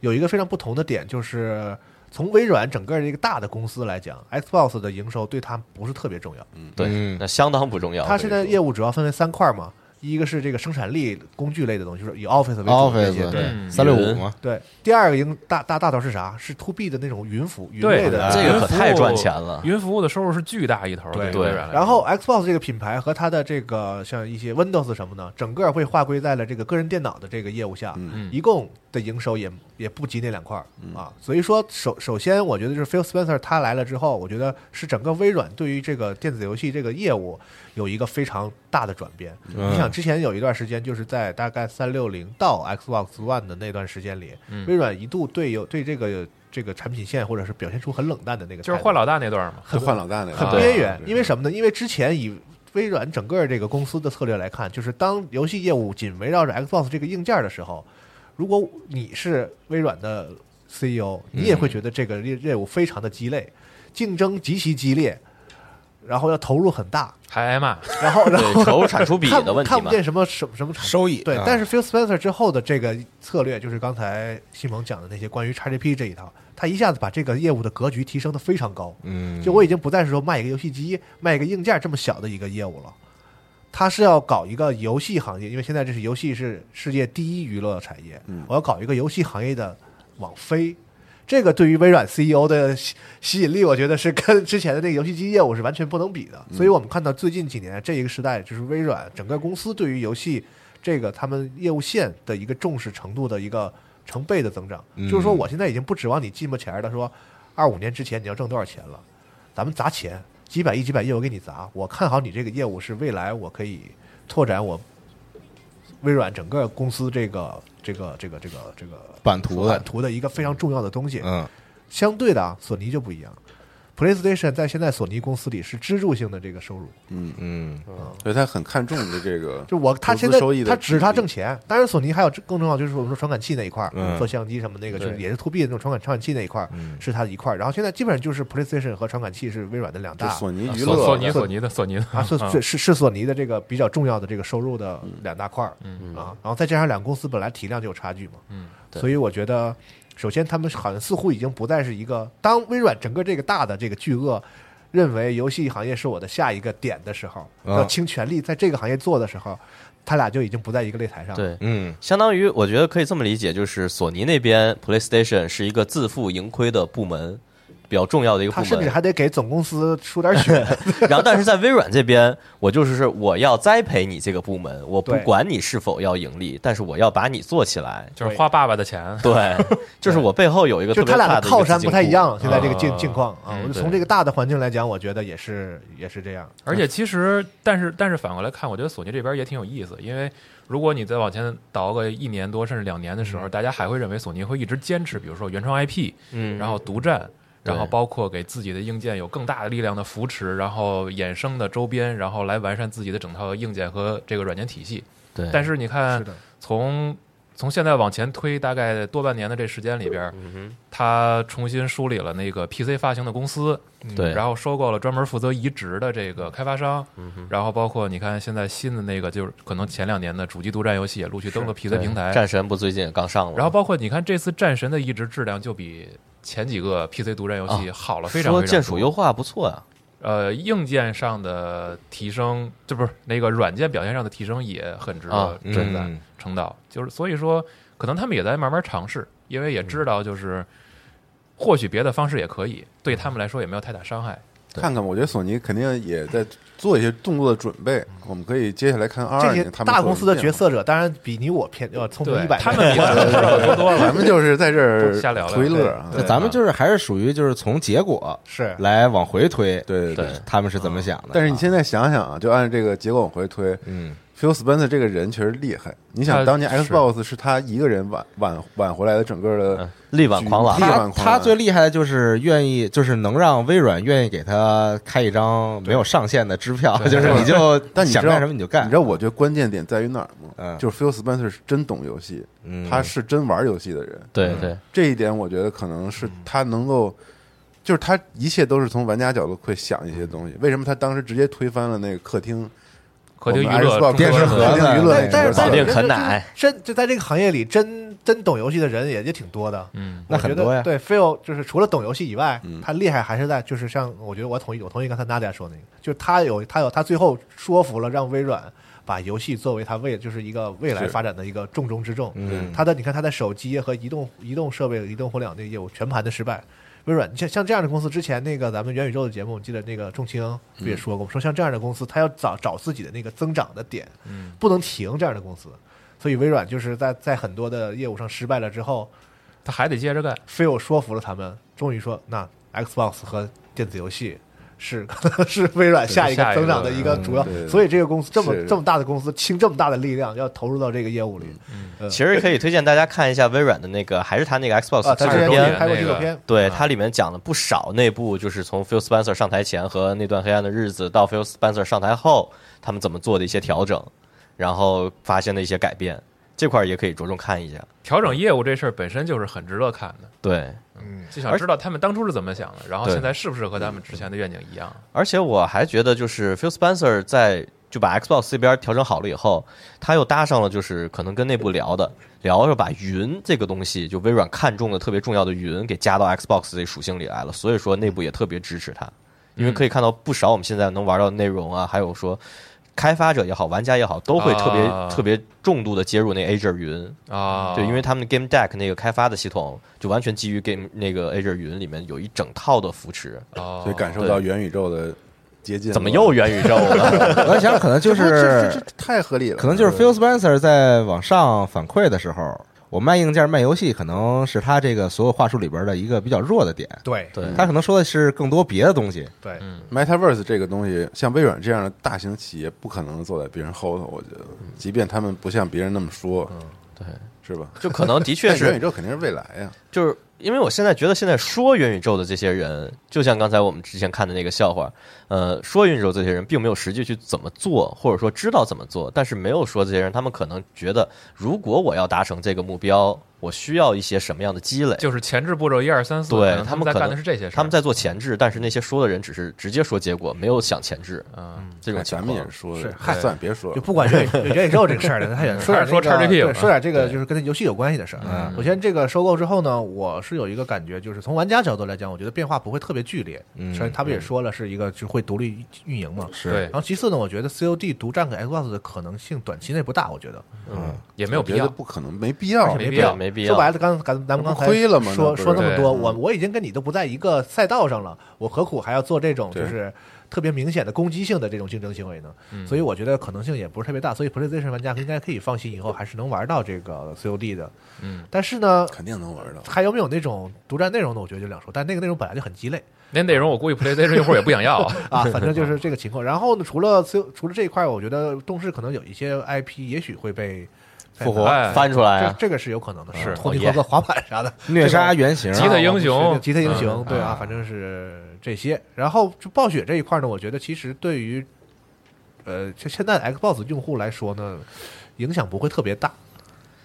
F: 有一个非常不同的点，就是从微软整个这个大的公司来讲，Xbox 的营收对它不是特别重要。
H: 对，
D: 嗯
H: 那相当不重要。
F: 它现在
H: 也
F: 业务主要分为三块嘛，一个是这个生产力工具类的东西，就是以 Office 为主的这些
D: Office
F: 对。
E: 嗯
D: 三六五嘛，
F: 对，第二个营大大大头是啥？是 to B 的那种云服云类
E: 对
F: 的
H: 这个可太
E: 云服务
H: 赚钱了
E: 云服务的收入是巨大一头，
F: 对
E: 于微软来说
F: 然后 Xbox 这个品牌和它的这个像一些 Windows 什么呢，整个会划归在了这个个人电脑的这个业务下，
G: 嗯
F: 一共的营收也也不及那两块儿、啊。所以说首首先，我觉得就是 Phil Spencer 他来了之后，我觉得是整个微软对于这个电子游戏这个业务有一个非常大的转变。
D: 嗯
F: 你想之前有一段时间，就是在大概三六零到 Xbox One 的那段时间里，微软一度对有对这个这个产品线或者是表现出很冷淡的那个态度，
E: 就是换老大那段嘛，
G: 就换老大那个
E: 很
G: 啊
F: 边缘，因
G: 为
F: 为什么呢？因为之前以微软整个这个公司的策略来看，就是当游戏业务仅围绕着 Xbox 这个硬件的时候，如果你是微软的 CEO，你
H: 嗯
F: 也会觉得这个业业务非常的鸡肋，竞争极其激烈，然后要投入很大，
E: 还挨骂，
F: 然后然后
H: 对投入产出比
F: 看
H: 的问题
F: 看不
H: 嘛，
F: 见什么什么什么产
D: 收益
F: 对
D: 啊，
F: 但是 Phil Spencer 之后的这个策略，就是刚才西蒙讲的那些关于 XGP 这一套，他一下子把这个业务的格局提升的非常高。
D: 嗯，
F: 就我已经不再是说卖一个游戏机、卖一个硬件这么小的一个业务了，他是要搞一个游戏行业，因为现在这是
D: 嗯
F: 游戏是世界第一娱乐产业，我要搞一个游戏行业的网飞，这个对于微软 CEO 的吸吸引力，我觉得是跟之前的那个游戏机业务是完全不能比的。所以
D: 嗯
F: 我们看到最近几年这一个时代，就是微软整个公司对于游戏这个他们业务线的一个重视程度的一个成倍的增长。就是说，我现在已经不指望你寂寞钱了，说二五年之前你要挣多少钱了，咱们砸钱，几百亿、几百亿我给你砸。我看好你这个业务是未来我可以拓展我微软整个公司这个这个这个这个这个
D: 版图
F: 版
D: 的，
F: 图的一个非常重要的东西。
D: 嗯
F: 相对的啊，索尼就不一样。PlayStation 在现在索尼公司里是支柱性的这个收入，，
D: 嗯
G: 所以他很看重的这个
F: 就我他
G: 嗯投资
F: 现在
G: 收益的
F: 他指着他挣钱。当然，索尼还有更重要就是我们说传感器那一块儿，
D: 嗯
F: 做相机什么那个，
H: 对
F: 就是也是 to B 的那种传感传感器那一块儿、
G: 嗯
F: 是它的一块儿。然后现在基本上就是 PlayStation 和传感器是微软的两
G: 就
F: 大
G: 索尼娱
E: 索
G: 乐
E: 索尼
G: 的
E: 索尼的索尼的
F: 啊，是
E: 嗯
F: 是是是索尼的这个比较重要的这个收入的两大块儿，嗯啊，然后再加上两个公司本来体量就有差距嘛，嗯，所以我觉得，首先他们好像似乎已经不再是一个，当微软整个这个大的这个巨鳄认为游戏行业是我的下一个点的时候，
D: 啊
F: 要倾全力在这个行业做的时候，他俩就已经不在一个擂台上，，
H: 对，
D: 嗯
H: 相当于我觉得可以这么理解，就是索尼那边 PlayStation 是一个自负盈亏的部门，比较重要的一个部
F: 他
H: 门。
F: 甚至还得给总公司出点血，
H: 然后，但是在微软这边，我就是我要栽培你这个部门，我不
F: 对
H: 管你是否要盈利，但是我要把你做起 来。
E: 就是花爸爸的钱，
H: 对，就是我背后有一个
F: 就
H: 特别
F: 他俩
H: 大
F: 的
H: 的
F: 靠
H: 个
F: 山
H: 资金
F: 不太一
H: 库
F: 样，现在这个境
E: 啊
F: 境况啊，我就从
H: 对
F: 这个大的环境来讲，我觉得也是也是这样，
E: 而且其实，但是但是反过来看，我觉得索尼这边也挺有意思，因为如果你再往前倒个一年多甚至两年的时候，大家还会认为索尼会一直坚持，比如说原创 IP，
H: 嗯
E: 然后独占，然后
H: 对
E: 包括给自己的硬件有更大的力量的扶持，然后衍生的周边，然后来完善自己的整套硬件和这个软件体系。
H: 对，
E: 但是你看
F: 是，的，
E: 从从现在往前推大概多半年的这时间里边，他重新梳理了那个 PC 发行的公司，
H: 嗯对，
E: 然
H: 后
E: 后收购了专门负责移植的这个开发商，然后包括你看现在新的那个就是可能前两年的主机独占游戏也陆续登了 PC 平台，
H: 战神不最近也刚上了吗，
E: 然后包括你看这次战神的移植质量就比前几个 PC 独占游戏好了非常非常
H: 哦说
E: 多。
H: 键鼠优化不错啊，
E: 呃，硬件上的提升，这不是那个软件表现上的提升也很值得
H: 啊
E: 称赞
D: 嗯
E: 称道。就是所以说，可能他们也在慢慢尝试，因为也知道就是或许别的方式也可以，对他们来说也没有太大伤害。
G: 看看，我觉得索尼肯定也在做一些动作的准备。
D: 嗯
G: 我们可以接下来看二
F: 这
G: 二
F: 些
G: 年他们
F: 大公司的角
G: 角色。
F: 色者当然比你我偏要聪明
E: 对
F: 一百，
E: 他们比咱们知道 的多多了
G: 咱。们就是在 这儿
E: 瞎聊聊
G: 推乐啊，
D: 那咱们就是还是属于就是从结果
F: 是
D: 来往回推，
G: 对对
H: 对
G: 对。
D: 他们是怎么想的？
G: 但是你现在想想啊，就按这个结果往回推
D: 嗯
G: ，Phil Spencer 这个人确实厉害。你
E: 他
G: 想，当年
E: 是
G: Xbox 是他一个人挽挽挽回来的整个的
H: 嗯，力挽狂
G: 力
H: 澜，
D: 他
G: 挽狂澜
D: 他最厉害的就是愿意，就是能让微软愿意给他开一张没有上限的支票， 就是你就
G: 但你知道
D: 想干什么你就干。
G: 你知道，我觉得关键点在于哪儿吗？
D: 嗯
G: 就是 Phil Spencer 是真懂游戏，
D: 嗯
G: 他是真玩游戏的人。
H: 对
F: 嗯
H: 对
G: 这一点，我觉得可能
E: 嗯
G: 是他能够，就是他一切都是从玩家角度会想一些东西。为什么他当时直接推翻了那个客厅
E: 客厅娱
G: 我们
E: 乐
G: Xbox
E: 中
D: 电视
E: 国
D: 盒
E: 的
G: 客厅娱乐那
F: 但但是
G: 个角
H: 保
G: 色
H: 定
F: 但是
H: 啃奶，
F: 真就在这个行业里，真真懂游戏的人也也挺多的。
E: 嗯，
D: 那
F: 我觉
D: 很
F: 得
D: 多呀嗯
F: 对，Phil 就是除了懂游戏以外，他厉害还是在就是像我觉得我同意，我同意刚才娜姐说那个，就是他有他有他最后说服了让微软把游戏作为他未就是一个未来
G: 是
F: 发展的一个重中之重。
D: 嗯
F: 他的你看他在手机和移动移动设备、移动互联网这个业务全盘的失败。微软像像这样的公司，之前那个咱们元宇宙的节目，我记得那个仲
D: 嗯
F: 青不也说过吗？说像这样的公司，他要找找自己的那个增长的点，嗯，不能停这样的公司。所以微软就是在在很多的业务上失败了之后，
E: 他还得接着干。
F: 非有说服了他们，终于说那 Xbox 和电子游戏是可能是微软下一个增长的一个主要，
G: 嗯对对对
F: 所以这个公司这么
G: 是
F: 这么大的公司倾这么大的力量要投入到这个业务里，嗯
H: 其实可以推荐大家看一下微软的那个，还是他那个 Xbox
F: 啊，他之
H: 纪
F: 前
H: 录
E: 周
H: 片
E: 年
F: 拍过纪
E: 那
F: 录
E: 个
F: 片，
H: 对，它里面讲了不少内部，就是从 Phil Spencer 上台前和那段黑暗的日子到 Phil Spencer 上台后，他们怎么做的一些调整，然后发现的一些改变，这块儿也可以着重看一下。
E: 调整业务这事儿本身就是很值得看的，
H: 对，
E: 就想知道他们当初是怎么想的，然后
H: 嗯对
E: 现在是不是和他们之前的愿景一样？
H: 而且我还觉得，就是 Phil Spencer 在就把 Xbox 这边调整好了以后，他又搭上了就是可能跟内部聊的聊着把云这个东西，就微软看中的特别重要的云给加到 Xbox 这属性里来了，所以说内部也特别支持它，因为可以看到不少我们现在能玩到的内容啊，还有说。开发者也好，玩家也好，都会特别、
E: 啊
H: 特别重度的接入那 Azure 云，
E: 啊，
H: 嗯对，因为他们 Game Deck 那个开发的系统就完全基于 Game 那个 Azure 云里面有一整套的扶持。
E: 哦
G: 所以感受到元宇宙的接近了。
H: 怎么又元宇宙了？
D: 我在想，可能就
G: 这不这
D: 是
G: 这这太合理了，
D: 可能就是 Phil Spencer 在往上反馈的时候，我卖硬件卖游戏，可能是他这个所有话术里边的一个比较弱的点。
F: 对
H: 对，
D: 他可能说的是更多别的东西，
F: 对，
G: 嗯 MetaVerse 这个东西，像微软这样的大型企业，不可能坐在别人后头。我觉得，
D: 嗯
G: 即便他们不像别人那么说，
H: 对，
G: 是吧？
H: 就可能的确
G: 但元宇
H: 是，
G: 宙肯定是未来啊呀。
H: 就是因为我现在觉得现在说元宇宙的这些人，就像刚才我们之前看的那个笑话，呃，说元宇宙这些人并没有实际去怎么做，或者说知道怎么做，但是没有说这些人，他们可能觉得如果我要达成这个目标，我需要一些什么样的积累。
E: 就是前置步骤一二三四，
H: 对
E: 可能
H: 他
E: 他
H: 们
E: 在
H: 可
E: 干
H: 能
E: 的是这些事儿，
H: 他们在做前置，但是那些说的人只是直接说结果，没有想前置
E: 嗯，
H: 这种
G: 哎
H: 情
G: 咱
H: 况。
G: 们也是说
F: 是
G: 的，
F: 嗨
G: 算了别说
F: 就
G: 了。
F: 不管元宇元宇宙这个事儿了，他也说点
E: 还是说
F: 那个
E: XGP
F: 对
E: 吧
F: 说点这个
H: 对
F: 就是跟游戏有关系的事儿。
D: 嗯
F: 首先，这个收购之后呢，我是有一个感觉，就是从玩家角度来讲，我觉得变化不会特别剧烈。
D: 嗯
F: 首先，他们也说了是一个就会独立运营嘛。
D: 是
E: 对嗯
F: 然，后其次呢，我觉得 COD 独占给 Xbox 的可能性短期内不大，我觉得
H: 嗯，
E: 也没有
G: 我
E: 必
G: 觉得
E: 要，
G: 不可能，没必要
E: 而。且没必
H: 对
E: 要，
H: 没必要。
F: 说白了，刚刚咱们刚才
G: 亏了嘛那
F: 说
G: 不是
F: 说那么多，
E: 对
F: 我我已经跟你都不在一个赛道上了，我何苦还要做这种
G: 对
F: 就是特别明显的攻击性的这种竞争行为呢？
H: 嗯
F: 所以我觉得可能性也不是特别大，所以 PlayStation 玩家应该可以放心，以后还是能玩到这个 COD 的。
E: 嗯，
F: 但是呢，
G: 肯定能玩到，
F: 还有没有那种独占内容呢？我觉得就两说，但那个内容本来就很鸡肋
E: 那内容我估计 PlayStation 用户也不想要，
F: 啊，反正就是这个情况。然后呢，除了 C 除了这一块，我觉得动视可能有一些 IP 也许会被复
D: 活
E: 哎，
H: 翻出来
F: 这
H: 啊，
F: 这个是有可能的，
E: 是
F: 托尼
H: 哦耶
F: 和个滑板 啥的，啊
D: 虐杀原型，
E: 吉他英雄，
F: 吉他英雄，
E: 嗯
F: 对啊，反正是这些。然后就暴雪这一块呢，我觉得其实对于呃，就现在 Xbox 用户来说呢，影响不会特别大，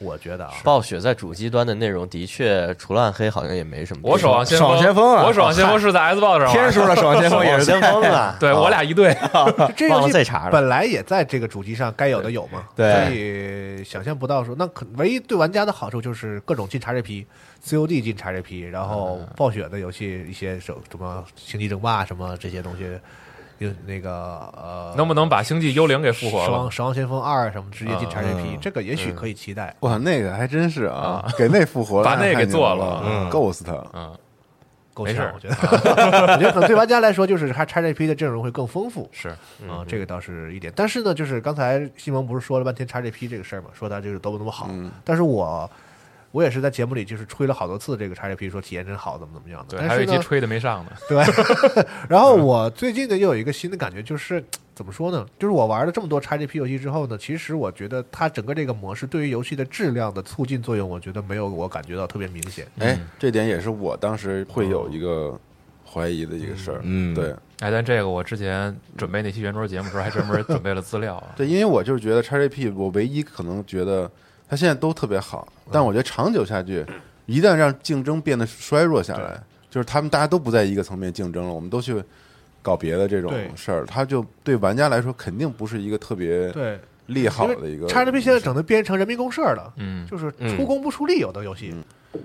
F: 我觉得啊。
H: 暴雪在主机端的内容的确除了暗黑好像也没什么。
E: 我守望先
D: 守望先锋啊
E: 我守望先锋是在 Xbox 上玩
D: 天
E: 的，
D: 数的守望先锋也是
H: 先锋啊，
E: 对我俩一队，
F: 就这
H: 忘了
F: 游
H: 再
F: 戏
H: 查了
F: 本来也在这个主机上该有的有嘛，
D: 对
F: 所以想象不到说，那可唯一对玩家的好处就是各种进 XGP、COD 进 XGP，然后暴雪的游戏一些什什么星际争霸什么这些东西，有那个呃，
E: 能不能把星际幽灵给复活
F: 守望
E: 了？
F: 守望先锋二什么直接进
E: 嗯
F: XGP，、这个也许可以期待。
G: 哇，那个还真是啊，给那复活了，
E: 把那
G: 太
E: 给
G: 牛
E: 做
G: 了
E: 了，
G: 嗯够死他。
E: 嗯，
F: 够
E: 没事
F: 呛
E: 儿，
F: 我觉得， 我觉得可能对玩家来说，就是它 XGP 的阵容会更丰富
E: 是嗯
F: 啊，这个倒是一点。但是呢，就是刚才西蒙不是说了半天 XGP 这个事儿嘛，说它就是多么多么好，
E: 嗯
F: 但是我我也是在节目里就是吹了好多次这个 XGP，说体验真好，怎么怎么样的。
E: 对，
F: 但
E: 还有
F: 是
E: 一期嗯
F: 呢，
E: 吹的没上呢，
F: 对，然后我最近呢又有一个新的感觉，就是怎么说呢？就是我玩了这么多 XGP 游戏之后呢，其实我觉得它整个这个模式对于游戏的质量的促进作用，我觉得没有我感觉到特别明显。
G: 哎，这点也是我当时会有一个怀疑的一个事儿。
D: 嗯
G: 对
E: 哎，但这个我之前准备那期圆桌节目的时候还专门准备了资料啊，
G: 对，因为我就是觉得 XGP，我唯一可能觉得它现在都特别好，但我觉得长久下去，一旦让竞争变得衰弱下来，就是他们大家都不在一个层面竞争了，我们都去搞别的这种
F: 对
G: 事儿，它就对玩家来说肯定不是一个特别
F: 对，
G: 利好
F: 因
G: 的
F: 为
G: 一个。
F: XGP 现在整的编成人民公社了，
E: 嗯
F: 就是出工不出力，有的游
G: 嗯
F: 戏，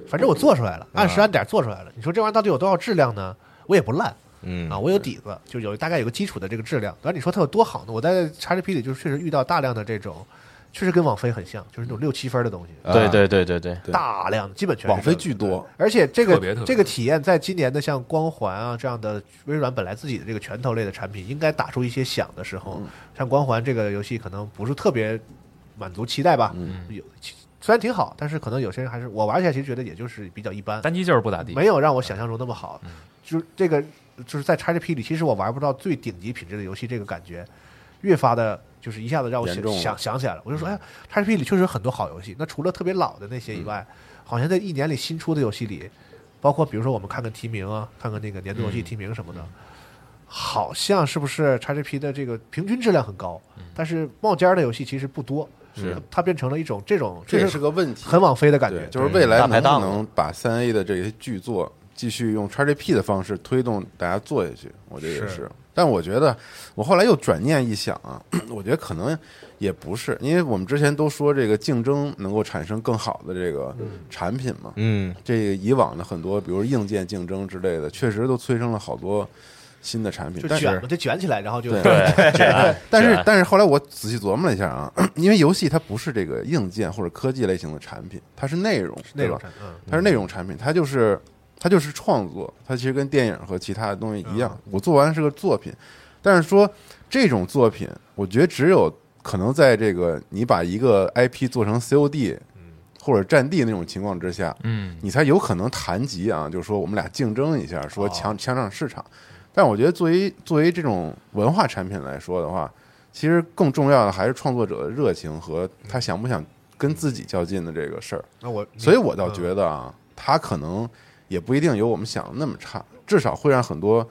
F: 反正我做出来了，
G: 啊
F: 按时按点做出来了。你说这玩意儿到底有多少质量呢？我也不烂，
D: 嗯
F: 啊，我有底子，就有大概有个基础的这个质量。但你说它有多好呢？我在 XGP 里就是确实遇到大量的这种，确实跟网飞很像，就是那种六七分的东西，
E: 啊
H: 对对对对对，
G: 对
F: 大量的基本全是
G: 网飞
F: 这个
G: 巨多，
F: 而且这
E: 特别
F: 个
E: 特别
F: 这个体验，在今年的像光环啊这样的微软本来自己的这个拳头类的产品，应该打出一些响的时候，
G: 嗯
F: 像光环这个游戏可能不是特别满足期待吧。
G: 嗯
F: 有其虽然挺好，但是可能有些人还是我玩起来其实觉得也就是比较一般，
E: 单机就是不咋地，
F: 没有让我
G: 嗯
F: 想象中那么好。就是这个就是在 XGP 里，其实我玩不到最顶级品质的游戏，这个感觉越发的。就是一下子让我
G: 严
F: 想
G: 重了嗯
F: 想想起来了，我就说，哎呀，XGP 里确实有很多好游戏。那除了特别老的那些以外，好像在一年里新出的游戏里，包括比如说我们看看提名啊，看看那个年度游
G: 嗯
F: 戏提名什么的，好像是不是 XGP 的这个平均质量很高，但是冒尖儿的游戏其实不多，
G: 嗯是
F: 它变成了一种这种，
G: 这也
F: 就是
G: 个问题。
F: 很网飞的感
G: 对
F: 觉，，
G: 就是未来
H: 大
G: 能
H: 排
G: 不
H: 档
G: 能把三 A 的这些巨作继续用 XGP 的方式推动大家做下去，我觉得也是。
F: 是
G: 但我觉得，我后来又转念一想啊， 我觉得可能也不是，因为我们之前都说这个竞争能够产生更好的这个产品嘛。
D: 嗯
G: 这个以往的很多，比如硬件竞争之类的，确实都催生了好多新的产品
F: 就，
G: 但
F: 卷
G: 是
F: 嘛，就卷起来，然后就
G: 对
I: 对，这样
G: 但是
I: 啊
G: 但是后来我仔细琢磨了一下啊， 因为游戏它不是这个硬件或者科技类型的产品，它是内容，
F: 那种
G: 对吧
F: 产品，嗯，
G: 它是内容产品，它就是它就是创作，它其实跟电影和其他的东西一样，我做完是个作品，但是说这种作品，我觉得只有可能在这个你把一个 IP 做成 COD 或者战地那种情况之下，
E: 嗯，
G: 你才有可能谈及啊，就是说我们俩竞争一下，说抢抢抢市场。但我觉得作为作为这种文化产品来说的话，其实更重要的还是创作者的热情和他想不想跟自己较劲的这个事儿。
F: 那我嗯
G: 所以我倒觉得啊，他可能也不一定有我们想的那么差，至少会让很多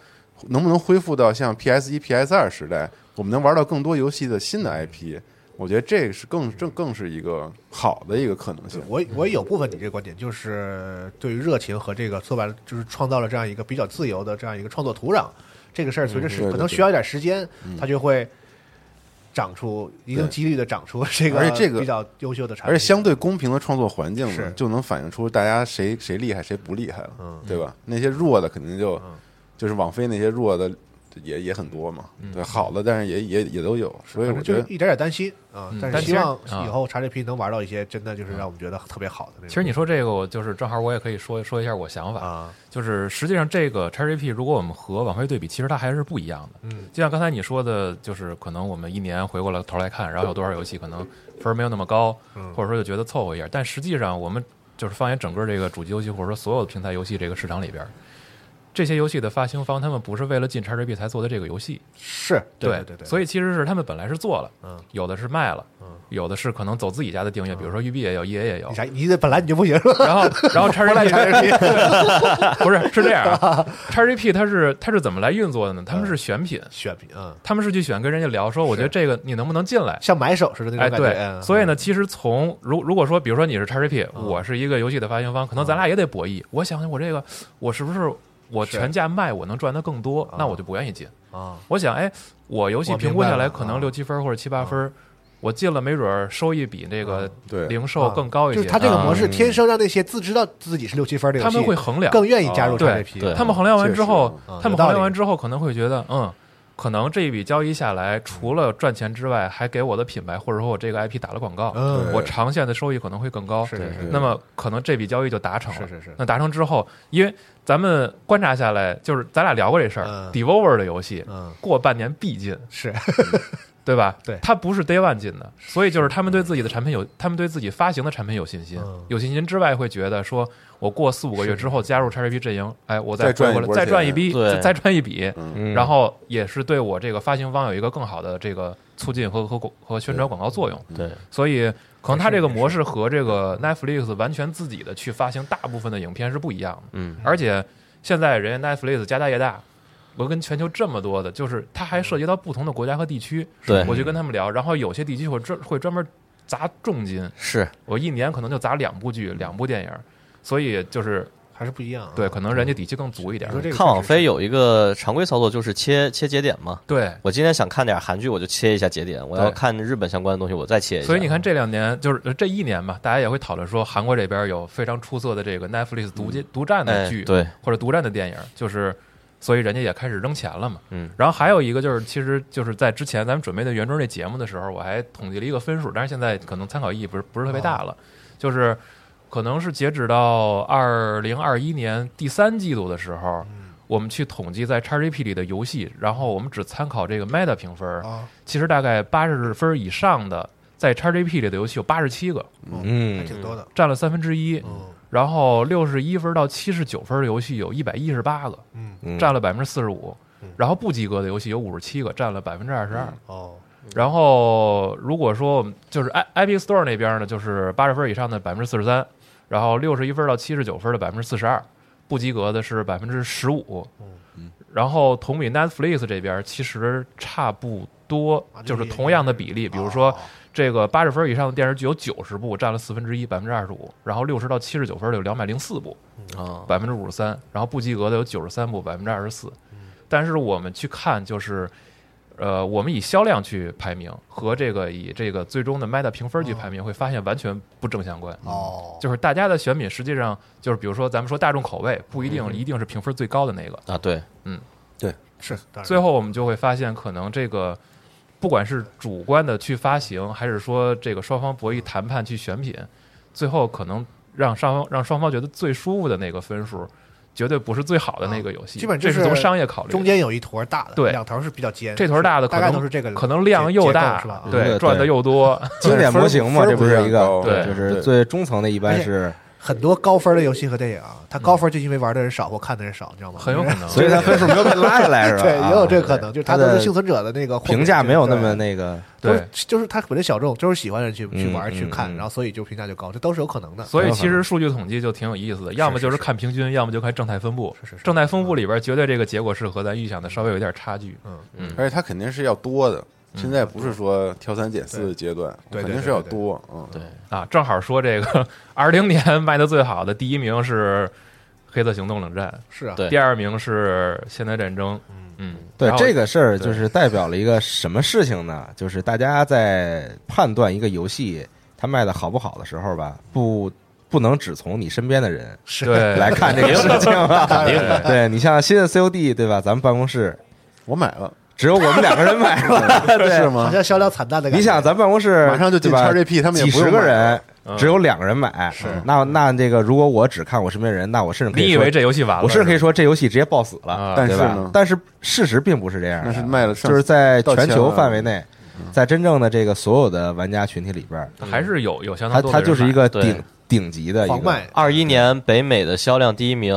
G: 能不能恢复到像 PS 一、PS 二时代，我们能玩到更多游戏的新的 IP。我觉得这个是更更更是一个好的一个可能性。
F: 我我有部分你这个观点，就是对于热情和这个说白了，就是创造了这样一个比较自由的这样一个创作土壤。这个事儿随着时
G: 嗯对对嗯
F: 可能需要一点时间，它就会长出一定
G: 对
F: 几率的长出这个，
G: 而且这个
F: 比较优秀的产品，
G: 而且相对公平的创作环境呢
F: 是，嗯
G: 就能反映出大家谁谁厉害谁不厉害了，对吧？那些弱的肯定就、就是网飞那些弱的也也很多嘛，对，好的但是也也也都有，所
F: 嗯
G: 以
F: 反
G: 我
F: 正
G: 觉
F: 就
G: 得
F: 是一点点担心啊
E: 嗯。
F: 但
E: 但其
F: 是希
E: 实
F: 望
E: 啊
F: 以后 XGP 能玩到一些真的
G: 嗯
F: 就是让我们觉得特别好的那种。
E: 其实你说这个，我就是正好我也可以说说一下我想法，
F: 啊，
E: 就是实际上这个 XGP 如果我们和网飞对比，其实它还是不一样的。
F: 嗯，
E: 就像刚才你说的，就是可能我们一年回过来头来看，然后有多少游戏可能分儿没有那么高，
F: 嗯
E: 或者说就觉得凑合一下。但实际上，我们就是放眼整个这个主机游戏或者说所有平台游戏这个市场里边，这些游戏的发行方他们不是为了进 XGP 才做的这个游戏，
F: 是对对对，
E: 所
F: 以
E: 以其实是他们本来是做了，
F: 嗯，
E: 有的是卖了，嗯，有的是可能走自己家的订阅，比如说育碧也有，EA 也有
F: 你，啥？你这本来你就不行 了，
E: 然后然后 XGP 不是是这样啊，XGP 它是它是怎么来运作的呢？他
F: 嗯
E: 们是选品，
F: 选品啊，嗯
E: 他们是去选跟人家聊说，我觉得这个你能不能进来？
F: 像买手似的那
E: 哎，
F: 种感觉。
E: 对，
F: 嗯
E: 所以呢，，其实从如如果说，比如说你是 XGP，我是一个游戏的发行方，可能咱俩也得博弈。我想想，我这个我是不是我
F: 嗯是
E: 全价卖，我能赚的更多？那我就不愿意进。
F: 啊，
E: 我想，哎，我游戏
F: 我明
E: 评估下
F: 白
E: 来
F: 了
E: 可
F: 啊
E: 能六七分或者七八分，我进了没准儿收益比那个
G: 对
E: 零售更高一些。
F: 嗯就是他这个
E: 啊
F: 模式天生让那些自知道自己是六七分的游
E: 他
F: 戏，
E: 们会衡量，哦
F: 更愿意加入
E: 对
F: XGP。
H: 对
E: 他们衡量完之后
F: 确实嗯，
E: 他
F: 有
E: 们
F: 道
E: 衡
F: 理
E: 量完之后可能会觉得，嗯，可能这一笔交易下来，除了赚钱之外，还给我的品牌或者说我这个 IP 打了广告，
F: 嗯
G: 对
E: 我长线的收益可能会更高。
F: 是是是
E: 那么可能这笔交易就达成了。
F: 是是是
E: 那达成之后，因为咱们观察下来，就是咱俩聊过这事儿
F: 嗯
E: ，Devolver 的游戏
F: 嗯
E: 过半年必进，
F: 是
E: 对吧？
F: 对
E: 它不是 Day One 进的，所以就是他们对自己的产品有，他们对自己发行的产品有信心，
F: 嗯
E: 有信心之外会觉得说，我过四五个月之后加入 XGP 阵营，哎，我
G: 再
E: 赚
G: 赚一
E: 回来，
G: 波
E: 再
G: 钱
E: 赚一笔，
H: 对
E: 再再赚一笔，
H: 嗯
E: 然后也是对我这个发行方有一个更好的这个促进和和和和宣传广告作用。
H: 对，
E: 所以可能它这个模式和这个 Netflix 完全自己的去发行大部分的影片是不一样的。
H: 嗯，
E: 而且现在人家 Netflix 家大业大，我跟全球这么多的，就是它还涉及到不同的国家和地区，
H: 嗯对
E: 我去跟他们聊，然后有些地区会专会专门砸重金，
H: 是
E: 我一年可能就砸两部剧、两部电影，所以就是
F: 还是不一样啊。
E: 对，可能人家底气更足一点
F: 你。说这个
H: 看网飞
F: 有
H: 有一个常规操作，就是切切节点嘛。
E: 对，
H: 我今天想看点韩剧，我就切一下节点；我要
E: 对
H: 看日本相关的东西，我再切一下。
E: 所以
F: 啊
E: 你看，这两年就是呃这一年吧，大家也会讨论说，韩国这边有非常出色的这个 Netflix 独接独占的
H: 哎
E: 剧，
H: 对，
E: 或者独占的电影，就是所以人家也开始扔钱了嘛。
H: 嗯，
E: 然后还有一个就是，其实就是在之前咱们准备的原装这节目的时候，我还统计了一个分数，但是现在可能参考意义不是不是特别大了，就是可能是截止到二零二一年第三季度的时候。我们去统计在 XGP 里的游戏，然后我们只参考这个 Meta 评分，
F: 啊，
E: 其实大概八十分以上的，在 XGP 里的游戏有八十七个，
F: 哦还
D: 嗯
F: 挺多的。
E: 占了三分之一。
F: 嗯
E: 然后六十一分到七十九分的游戏有一百一十八个，
F: 嗯
D: 嗯
E: 占了百分之四十五。然后不及格的游戏有五十七个，占了百分之二十二。
F: 哦，
E: 然后如果说我们就是 i Epic Store 那边呢，就是八十分以上的百分之四十三，然后六十一分到七十九分的百分之四十二，不及格的是百分之十五。
F: 嗯
E: 然后同比 Netflix 这边其实差不多
F: 啊，
E: 就是
F: 这个
E: 同样的比例，比如说这个八十分以上的电视剧有九十部，占了四分之一，百分之二十五，然后六十到七十九分的有两百零四部，
H: 啊，
E: 百分之五十三，然后不及格的有九十三部，百分之二十四。但是我们去看，就是呃，我们以销量去排名和这个以这个最终的 Meta 评分去排名，会发现完全不正相
D: 嗯
E: 关。
F: 哦，
E: 就是大家的选品，实际上就是比如说咱们说大众口味，不一定一定是评分最高的那个。
H: 啊，对，
G: 对，
F: 是，当然
E: 最后我们就会发现，可能这个不管是主观的去发行，还是说这个双方博弈谈判去选品，最后可能让双方让双方觉得最舒服的那个分数，绝对不是最好的那个游戏。
F: 啊基本就
E: 这
F: 是
E: 是从商业考虑的，
F: 中间有一坨大的，
E: 对
F: 两头是比较尖，
E: 这头大的可
F: 大
E: 能
F: 概都是这个，
E: 可能量又大，
F: 结构是吧？嗯
E: 对
D: 对
E: 赚的又多，
D: 经典模型嘛，
G: 分
D: 这
G: 儿
D: 不
G: 不
D: 是一个
G: 高
E: 对
D: 就是
G: 对
D: 最中层的，一般是，
F: 很多高分的游戏和电影啊，它高分就因为玩的人少或看的人少，你知道吗？
E: 嗯
F: 嗯
E: 很有可 能。
D: 所以它分数没有被拉下来，是吧？
F: 对，也有这
D: 啊
F: 个可能，就是
D: 它
F: 它都
D: 的
F: 是幸存者的那个
D: 评价没有那么
F: 对
D: 那个，
F: 都是
E: 对，
F: 就是它本身小众，就是喜欢人去去
D: 嗯
F: 玩去
D: 嗯
F: 看，
D: 嗯
F: 然后所以就评价就高，这都是有可能的。嗯
E: 所以其实数据统计就挺有意思的，要么就是看平均，要么就看正态分布。
F: 是是是
E: 正态分布里边，绝对这个结果是和咱预想的稍微有一点差距。
G: 而且它肯定是要多的。现在不是说挑三拣四的阶段，
F: 对对
G: 肯定是要多，嗯，对，
E: 啊，正好说这个 二零年卖的最好的第一名是《黑色行动：冷战
F: 是啊，》，
H: 对
E: 第二名是《现代战争》。嗯，
D: 对
E: 然后
D: 这个事儿，就是代表了一个什么事情呢？就是大家在判断一个游戏它卖的好不好的时候吧，不不能只从你身边的人
F: 是
E: 对
D: 来看这个事情吧。 对你像新的 COD 对吧？咱们办公室
G: 我买了，
D: 只有我们两个人买 了，
G: 是
D: 对。
F: 好
G: 吗？
F: 像销量惨淡的感觉。
D: 你想，咱办公室
G: 马上就进
D: 对吧
G: XGP 他们也
D: 几
G: 不用
D: 十个
G: 买
D: 人，
E: 嗯
D: 只有两个人买，是那那这个，如果我只看我身边人，那我甚至可
E: 你
D: 以
E: 以
D: 说
E: 为这游戏完了？
D: 我甚至可以
E: 吧
D: 说这游戏直接爆死了，
E: 啊
G: 但
D: 对
G: 是
D: 吧
G: 呢？，
D: 但是事实并不是这样的，
G: 那是卖了上
D: 就是在
G: 到
D: 全
G: 千
D: 球
G: 万
D: 范围内，在真正的这个所有的玩家群体里边儿，
E: 还是有有相
D: 它
E: 当多
D: 它
E: 的人
D: 就是一
E: 买
D: 个
H: 对
D: 顶顶级的一
F: 狂
D: 个
F: 卖，
G: 啊
H: 二一年北美的销量第一名，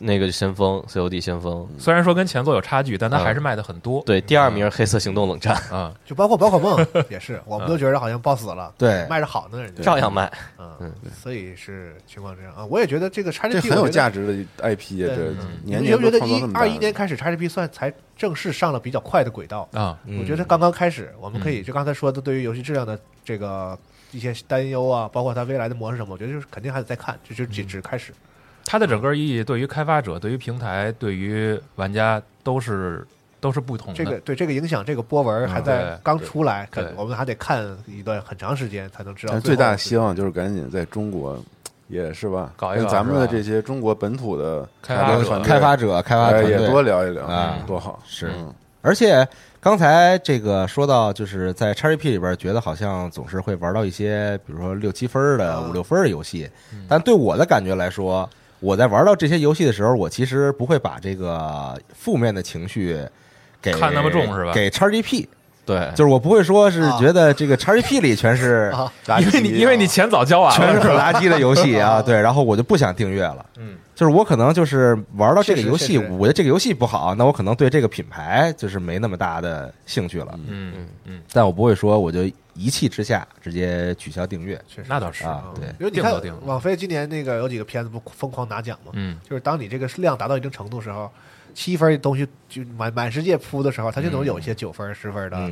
H: 那个先锋 COD 先锋，
E: 虽然说跟前作有差距，但
D: 嗯
E: 它还是卖的很多。
H: 对，第二名黑色行动冷战，
E: 啊，
F: 就包括宝可梦也是，我们都觉得好像爆死了，
D: 对
F: 卖的好呢，人家
H: 照样卖。
F: 嗯，所以是情况这样啊。我也觉得这个 XGP
G: 这很有价
F: 值。
G: 值的 IP 呀，
F: 对
G: 这
F: 嗯
G: 年
F: 你觉
G: 年
F: 不觉
G: 都
F: 得
G: 创造
F: 一
G: 那么大
F: 二一年开始 XGP 算才正式上了比较快的轨道？
E: 啊，
F: 我觉得刚刚开始，我们可以就刚才说的对于游戏质量的这个一些担忧啊，包括它未来的模式什么，我觉得就是肯定还得再看，这就只只开始。
E: 它的整个意义对于开发者、对于平台、对于玩家都是都是不同的。
F: 这个对这个影响，这个波纹还在
E: 嗯对
F: 刚出来，可
E: 对
F: 能我们还得看一段很长时间才能知道
G: 但
F: 后。
G: 最大希望就是赶紧在中国，也是吧，
E: 搞一搞
G: 跟咱们的
E: 是吧
G: 这些中国本土的
E: 开发者
G: 团队
D: 开发者开发
G: 哎
D: 团
G: 也多
D: 队，
G: 聊一聊
D: 啊，
G: 多好。
D: 是
G: 嗯
D: 而且刚才这个说到就是在 XGP 里边，觉得好像总是会玩到一些比如说六七分儿的
F: 啊
D: 五六分儿的游戏，但对我的感觉来说。我在玩到这些游戏的时候，我其实不会把这个负面的情绪给
E: 看那么重是吧
D: 给 XGP，
H: 对，
D: 就是我不会说是
F: 啊
D: 觉得这个 XGP 里全是
F: 啊
E: 因为你因为你钱早交完
D: 全是
E: 了，
D: 很垃圾的游戏啊，对，然后我就不想订阅了。
E: 嗯，
D: 就是我可能就是玩到这个游
F: 确实
D: 戏，
F: 确实
D: 我觉得这个游戏不好，那我可能对这个品牌就是没那么大的兴趣了。
E: 嗯嗯，
D: 但我不会说我就一气之下直接取消订阅
F: 确实
E: 那倒是
D: 啊，对，
F: 因为你
E: 定了
F: 看
E: 定了
F: 网飞今年那个有几个片子不疯狂拿奖吗？
E: 嗯，
F: 就是当你这个量达到一定程度时候，七分的东西就满满世界铺的时候，它就能有
E: 嗯
F: 一些九分、十分的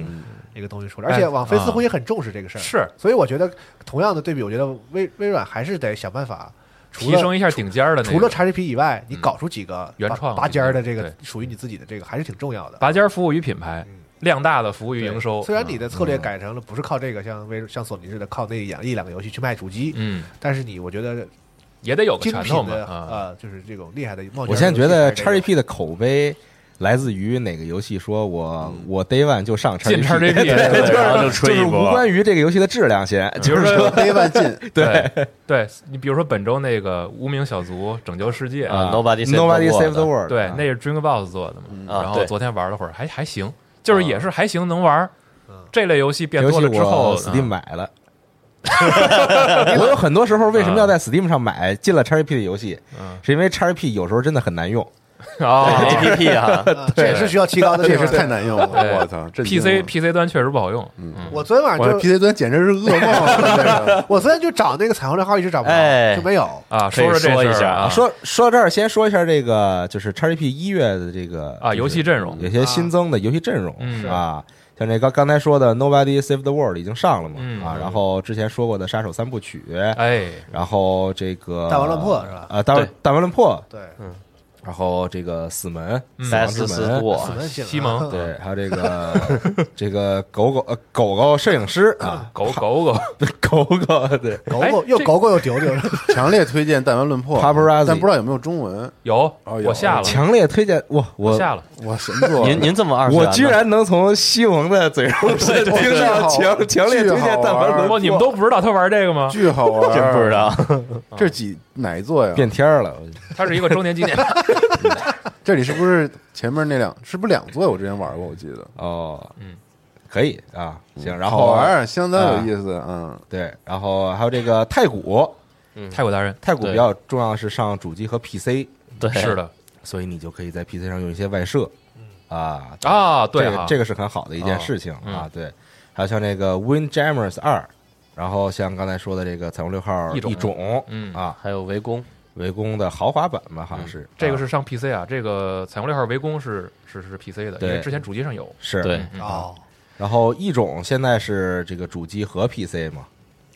F: 一个东西出来。而且
E: 哎
F: 网飞似
E: 嗯
F: 乎
E: 啊
F: 也很重视这个事儿，
E: 是
F: 所以我觉得同样的对比，我觉得微微软还是得想办法除
E: 提
F: 了
E: 升一下顶尖儿的那个。嗯
F: 除了 XGP 以外，你搞出几个
E: 原
F: 拔
E: 创
F: 拔尖儿的这
E: 对
F: 个属于你自己的这个还是挺重要的。
E: 拔尖儿服务于品牌，量大的服务于营收。
F: 嗯
E: 嗯
F: 虽然你的策略改成了不是靠这个，像微像索尼似的靠那两一两个游戏去卖主机，
E: 嗯，
F: 但是你我觉得
E: 也得有个
F: 精
E: 拳头
F: 品
E: 嘛
F: 的
E: 啊。
F: 呃，就是这种厉害的冒
D: 我
F: 尖
D: 现
F: 儿
D: 在
F: 的
D: 觉
F: 游戏
D: 得
F: 还是得有
D: XGP 的口碑来自于哪个游戏？说我我 Day One 就上
F: 呃
E: 进
D: XGP，
E: XGP
D: 对
E: 对
I: 然后就
D: 就是就
I: 吹一
D: 是
I: 波
D: 无关于这个游戏的质量先，
E: 比
D: 就
E: 如
D: 是
E: 说，
G: 黑万进，
E: 对对，你比如说本周那个无名小卒拯救世界，
H: 啊 Nobody Save the
D: Nobody Save the
H: World
D: World，
E: 对
D: 啊，
E: 那是 Dreambox 做的嘛。
F: 嗯
H: 啊
E: 然后
H: 对
E: 昨天玩了会儿，还还行，就是
F: 啊
E: 也是还行，能玩儿。
F: 嗯
E: 这类游戏变
D: 游
E: 多
D: 戏
E: 了之后嗯
D: 我 Steam 买了。我有很多时候为什么要在 Steam 上买进了 XGP 的游戏，
E: 嗯
D: 是因为 XGP 有时候真的很难用。
E: 啊
H: A P P 啊，
F: 啊这也是需要提高的
G: 这
F: 地
G: 也
F: 方，
G: 是太难用了，
E: 对
G: 我操这
E: ，PC PC 端确实不好用，
F: 嗯
E: 嗯
F: 我昨天晚
G: 我
F: 上
G: 这
F: 就
G: PC 端简直是噩梦啊这个。
F: 我昨天就找那个彩虹六号一直找不着，
H: 哎
F: 就没有。
E: 啊，
H: 可以
E: 说这
H: 说一
E: 事儿
H: 下
E: 啊，
D: 说说到这儿，先说一下这个就是 XGP 一月的这个
E: 啊游戏阵容
D: 有些新增的游戏阵容
E: 嗯
D: 啊，像这刚刚才说的 Nobody Save the World 已经上了嘛
E: 嗯
D: 啊，然后之前说过的杀手三部曲，
E: 哎，
D: 然后这个
F: 弹丸论破是吧
D: 啊，弹
H: 对
E: 嗯
D: 弹丸论破，
F: 对，
D: 然后这个死门、死亡之
H: ，S 斯
D: 门，
H: 多
F: 死门进来了啊
E: 西蒙
D: 对，还有这个 这个狗狗呃狗狗摄影师啊，
E: 狗狗狗，
D: 狗狗对
F: 狗
E: 哎
F: 狗又
E: 这
F: 狗狗又丢丢，
G: 强烈推荐《弹丸论破》
D: Paparazzi
G: 但不知道有没有中文。
E: 有
G: 哦有
E: 我下了，
D: 强烈推荐哇我
E: 下了，
G: 哇，神作！
H: 您您这么二次
D: 我
H: 元呢
D: 居然能从西蒙的嘴中听到强强烈推荐 弹丸论
E: 哇，
D: 破，
E: 哦你们都不知道他玩这 个吗？
G: 巨好玩，
H: 真不知道，
G: 这是几哪一座呀？
D: 变天儿了，我
E: 它是一个周年纪 念，
G: 这里是不是前面那两是不是两座？我之前玩过，我记得。
D: 哦，
E: 嗯，
D: 可以啊，行，然后
G: 好玩，相当有意
H: 啊
G: 思。嗯，
D: 对，然后还有这个太古，
E: 太古达人，
D: 太古
H: 对
D: 比较重要的是上主机和 PC，
H: 对，
E: 是的
D: 所以你就可以在 PC 上用一些外设，啊，
E: 嗯啊，对
D: 这
E: 哈
D: 个这个是很好的一件事情
E: 嗯
D: 啊，对，还有像这个 Windjammers 二，然后像刚才说的这个彩虹六号
E: 一种
D: 种，
E: 嗯
D: 啊，
H: 还有围攻，
D: 围攻的豪华版吧，好像是
E: 这个
D: 啊
E: 是上 PC 啊，这个彩虹六号围攻是是是 PC 的，因
D: 对
E: 为之前主机上有，
D: 是
H: 对
E: 嗯
F: 哦，
D: 然后一种现在是这个主机和 PC 嘛，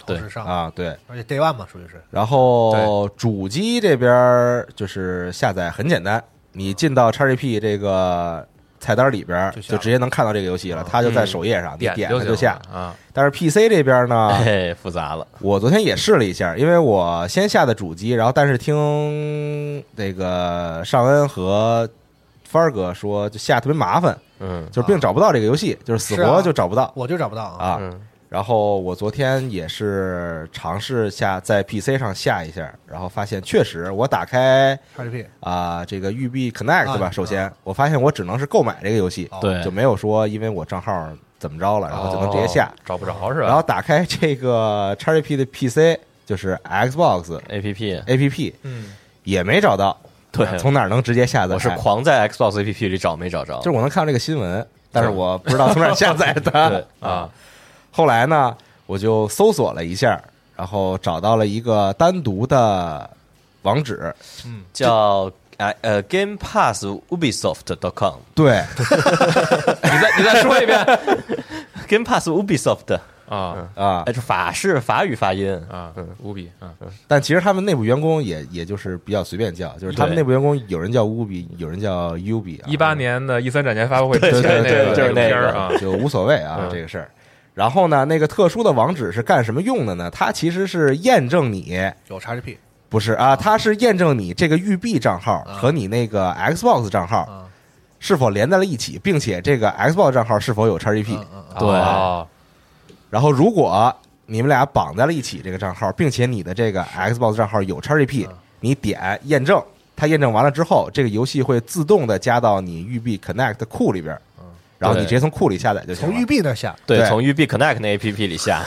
F: 同时上，
D: 啊对，
F: 而且 Day One 嘛，属于是
E: 啊
D: 然后主机这边儿就是下载很简单，你进到 XGP 这个菜单里边儿，
F: 就下
D: 就直接能看到这个游戏了，它就在
H: 嗯
D: 首页上，你点
E: 就
D: 它就下。
E: 行了啊，
D: 但是 PC 这边呢，
H: 哎，复杂了，
D: 我昨天也试了一下，因为我先下的主机，然后但是听那个尚恩和帆儿哥说，就下特别麻烦，
H: 嗯
D: 就是并找不到这个游戏，就是死
F: 是啊
D: 活就找不到
F: 我就找不到啊，
D: 啊。
H: 嗯，
D: 然后我昨天也是尝试下在 PC 上下一下，然后发现确实我打开
F: 叉 GP
D: 啊、这个育碧 Connect
F: 啊
D: 吧，首先我发现我只能是购买这个游戏，
F: 哦
H: 对
D: 就没有说因为我账号怎么着了，然后就能直接下。嗯
E: 哦找不着是吧？
D: 然后打开这个 XGP 的 PC，就是 Xbox
H: A P P，
D: APP
E: 嗯，
D: 也没找到，
H: 对
D: 从哪儿能直接下载？
H: 我是狂在 Xbox A P P 里找，没找着，
D: 就是我能看到这个新闻，但是我不知道从哪儿下载的
H: 对
E: 啊。
D: 后来呢，我就搜索了一下，然后找到了一个单独的网址，
H: 叫哎呃 Game Pass Ubisoft.com
D: 对，
E: 你再你再 说一遍
H: Game Pass Ubisoft，
E: 啊
D: 啊
H: 哎，，这法式法语发音，
E: 啊，
D: 嗯
E: 无比啊，
D: 但其实他们内部员工也也就是比较随便叫，就是他们
H: 对
D: 内部员工有人叫乌比，有人叫 U 比、啊，
E: 一八年的 E 三展前发布会之
D: 对
E: 前
D: 对
E: 那
D: 对，
E: 个
D: 就是
E: 那
D: 那
E: 片儿啊
D: 个，，就无所谓啊这个事儿。然后呢，那个特殊的网址是干什么用的呢？它其实是验证你
F: 有叉 GP
D: 不是啊，它是验证你这个育碧账号
E: 嗯
F: 啊
D: 和你那个 Xbox 账号
F: 啊，
D: 是否连在了一起，并且这个 Xbox 账号是否有 XGP。
F: 嗯嗯嗯，
H: 对
E: 哦
D: 然后，如果你们俩绑在了一起这个账号，并且你的这个 Xbox 账号有 XGP，你
E: 嗯
D: 点验证，它验证完了之后，这个游戏会自动的加到你育碧 Connect 的库里边儿，
E: 嗯
D: 然后你
H: 对
D: 直接从库里下载就行
F: 从
D: 了。
F: 育碧那儿下，
H: 对，
D: 对
H: 从育碧 Connect 那 APP 里下。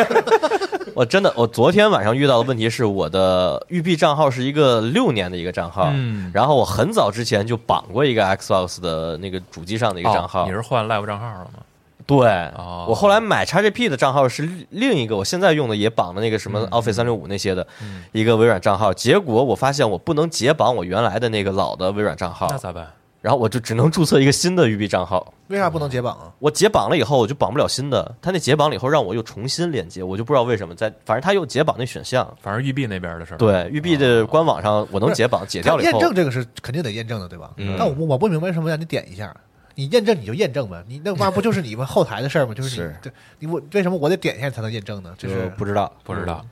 H: 我真的，我昨天晚上遇到的问题是，我的育碧账号是一个六年的一个账号，
E: 嗯
H: 然后我很早之前就绑过一个 Xbox 的那个主机上的一个账号，
E: 哦你是换 Live 账号了吗？
H: 对，
E: 哦
H: 我后来买 XGP 的账号是另一个，我现在用的也绑的那个什么 Office 三六五那些的、一个微软账号，结果我发现我不能解绑我原来的那个老的微软账
D: 哦
H: 号
E: 那，咋办？
H: 然后我就只能注册一个新的育碧账号。
F: 为啥不能解绑啊？
H: 我解绑了以后，我就绑不了新的。他那解绑了以后，让我又重新连接，我就不知道为什么在，反正他又解绑那选项。
E: 反正育碧那边的事儿，
H: 对，育碧的官网上我能解绑，解掉
F: 它
H: 了以
F: 验
H: 后，
F: 证这个是肯定得验证的，对吧？但我不我不明白为什么让你点一下，你验证你就验证呗，你那玩意儿不就是你们后台的事儿吗？就是你
D: 是
F: 对你我为什么我得点一下才能验证呢？这
D: 就是不知道，
E: 不知
D: 嗯
E: 道，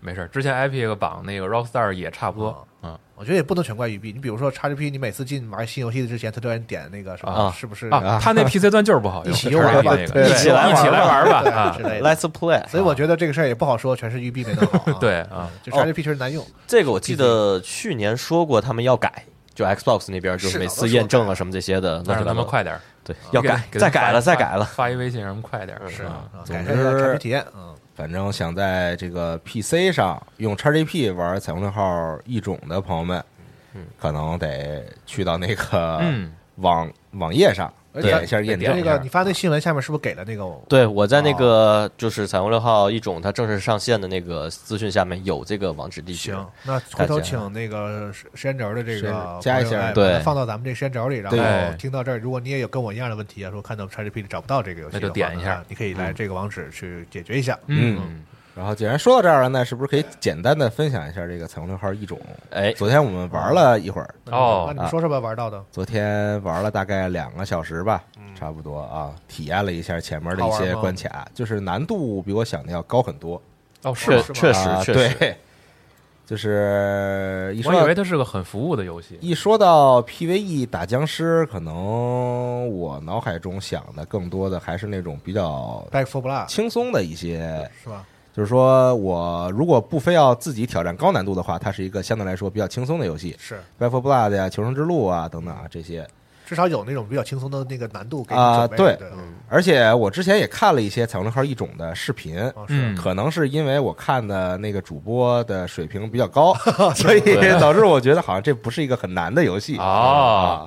E: 没事儿。之前 Epic 榜那个 Rockstar 也差不
D: 哦
E: 多，嗯
F: 我觉得也不能全怪育碧。你比如说 XGP，你每次进玩新游戏之前，他都让你点那个什么，
H: 啊
F: 是不是？
E: 啊，他那 PC 端就是不好用，
F: 一起游玩吧
E: 那个
F: 对
E: 一起来
H: 一起来
E: 玩吧
F: 对
E: 啊。
F: 之，类的。
H: Let's Play。
F: 所以我觉得这个事儿也不好说，全是育碧没弄好、啊
E: 对，啊，
F: 就 XGP 确实难用。
H: 这个我记得去年说过，他们要改，就 Xbox 那边就是每次验证啊什么这些的，
E: 那
H: 乱
E: 让
H: 七
E: 他
H: 八
E: 们
H: 糟。
E: 快点儿，
H: 对，要
E: 给他
H: 改，
E: 给他
H: 再改了，
E: 发
H: 再
E: 一
H: 改了。
E: 发一微信让他们快点儿，是
F: 啊，
D: 总
F: 改善一下产
D: 之
F: 品体验，嗯，
D: 反正想在这个 PC 上用 XGP 玩彩虹六号异种的朋友们，可能得去到那个
E: 嗯
D: 网网页上
F: 而且
D: 点一下验证
F: 这
D: 一
F: 个
D: 下
F: 你。发那新闻下面是不是给了那个我？
H: 对，我在那个就是彩虹六号一种它正式上线的那个资讯下面有这个网址地址。
F: 行，那回头请那个时时间轴的这
D: 时间
F: 个
D: 轴加一
F: 朋友
D: 下
F: 哎
H: 对
F: 把它放到咱们这个时间轴里，然
E: 对
F: 后听到这儿，如果你也有跟我一样的问题啊，说看到 XGP 里找不到这个游戏的
E: 那
F: 话呢，
E: 就点一下
F: 你可以来这个网址去解决一下。
E: 嗯，
D: 然后既然说到这儿了，那是不是可以简单的分享一下这个彩虹六号异种？
H: 哎，
D: 昨天我们玩了一会儿，
E: 哦
F: 那你说说吧，玩到的
D: 昨天玩了大概两个小时吧，差不多啊，体验了一下前面的一
F: 好玩
D: 些
F: 吗
D: 关卡，就是难度比我想的要高很多。
E: 哦，是吗？
H: 确确实
D: 啊、
H: 确实，
D: 对，就是一
E: 我
D: 说
E: 以
D: 到
E: 为它是个很服务的游戏。
D: 一说到 PVE 打僵尸，可能我脑海中想的更多的还是那种比较
F: Back for Blood
D: 轻松的一些，
F: 是吧？
D: 就是说我如果不非要自己挑战高难度的话，它是一个相对来说比较轻松的游戏。
F: 是，
D: Back for Blood 呀、求生之路啊等等啊这些，
F: 至少有那种比较轻松的那个难度给你
D: 啊
F: 准备
D: 对
F: 对，嗯
D: 而且我之前也看了一些彩虹六号异种的视频，
F: 哦是
E: 嗯，
D: 可能是因为我看的那个主播的水平比较高， 所以导致我觉得好像这不是一个很难的游戏啊。
E: 哦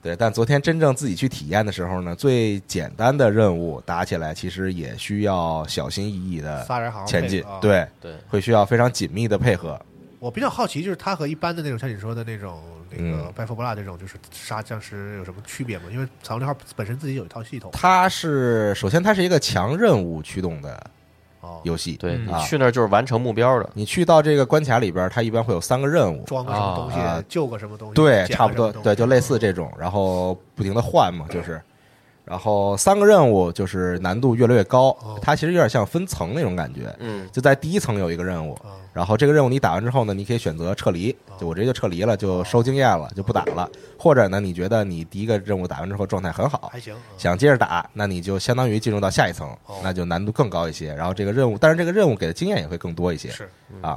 D: 对，但昨天真正自己去体验的时候呢，最简单的任务打起来其实也需要小心翼翼的
F: 仨人好好
D: 前
F: 配
D: 进
F: 合啊，
D: 对
H: 对，
D: 会需要非常紧密的配合。
F: 我比较好奇，就是它和一般的那种像你说的那种那个
D: 嗯
F: Back for Blood 这种，就是杀僵尸有什么区别吗？因为彩虹六号本身自己有一套系统，
D: 它是首先它是一个强任务驱动的
F: 哦，
D: 游戏，
H: 对你
D: 啊
H: 去那儿就是完成目标的，
D: 你去到这个关卡里边儿，它一般会有三个任务，
F: 装个什么东西，
D: 啊
F: 救个什么东西，
D: 对，
F: 捡个
D: 差不多
F: 什么，东西嗯
D: 对，就类似这种，然后不停的换嘛，就是，然后三个任务就是难度越来越高
F: 哦，
D: 它其实有点像分层那种感觉，
H: 嗯，
D: 就在第一层有一个任务，
F: 啊
D: 然后这个任务你打完之后呢，你可以选择撤离，就我直接就撤离了，就收经验了，就不打了，或者呢，你觉得你第一个任务打完之后状态很好
F: 还。行，嗯
D: 想接着打，那你就相当于进入到下一层
F: 哦，
D: 那就难度更高一些。然后这个任务，但是这个任务给的经验也会更多一些。
F: 是
H: 嗯
D: 啊，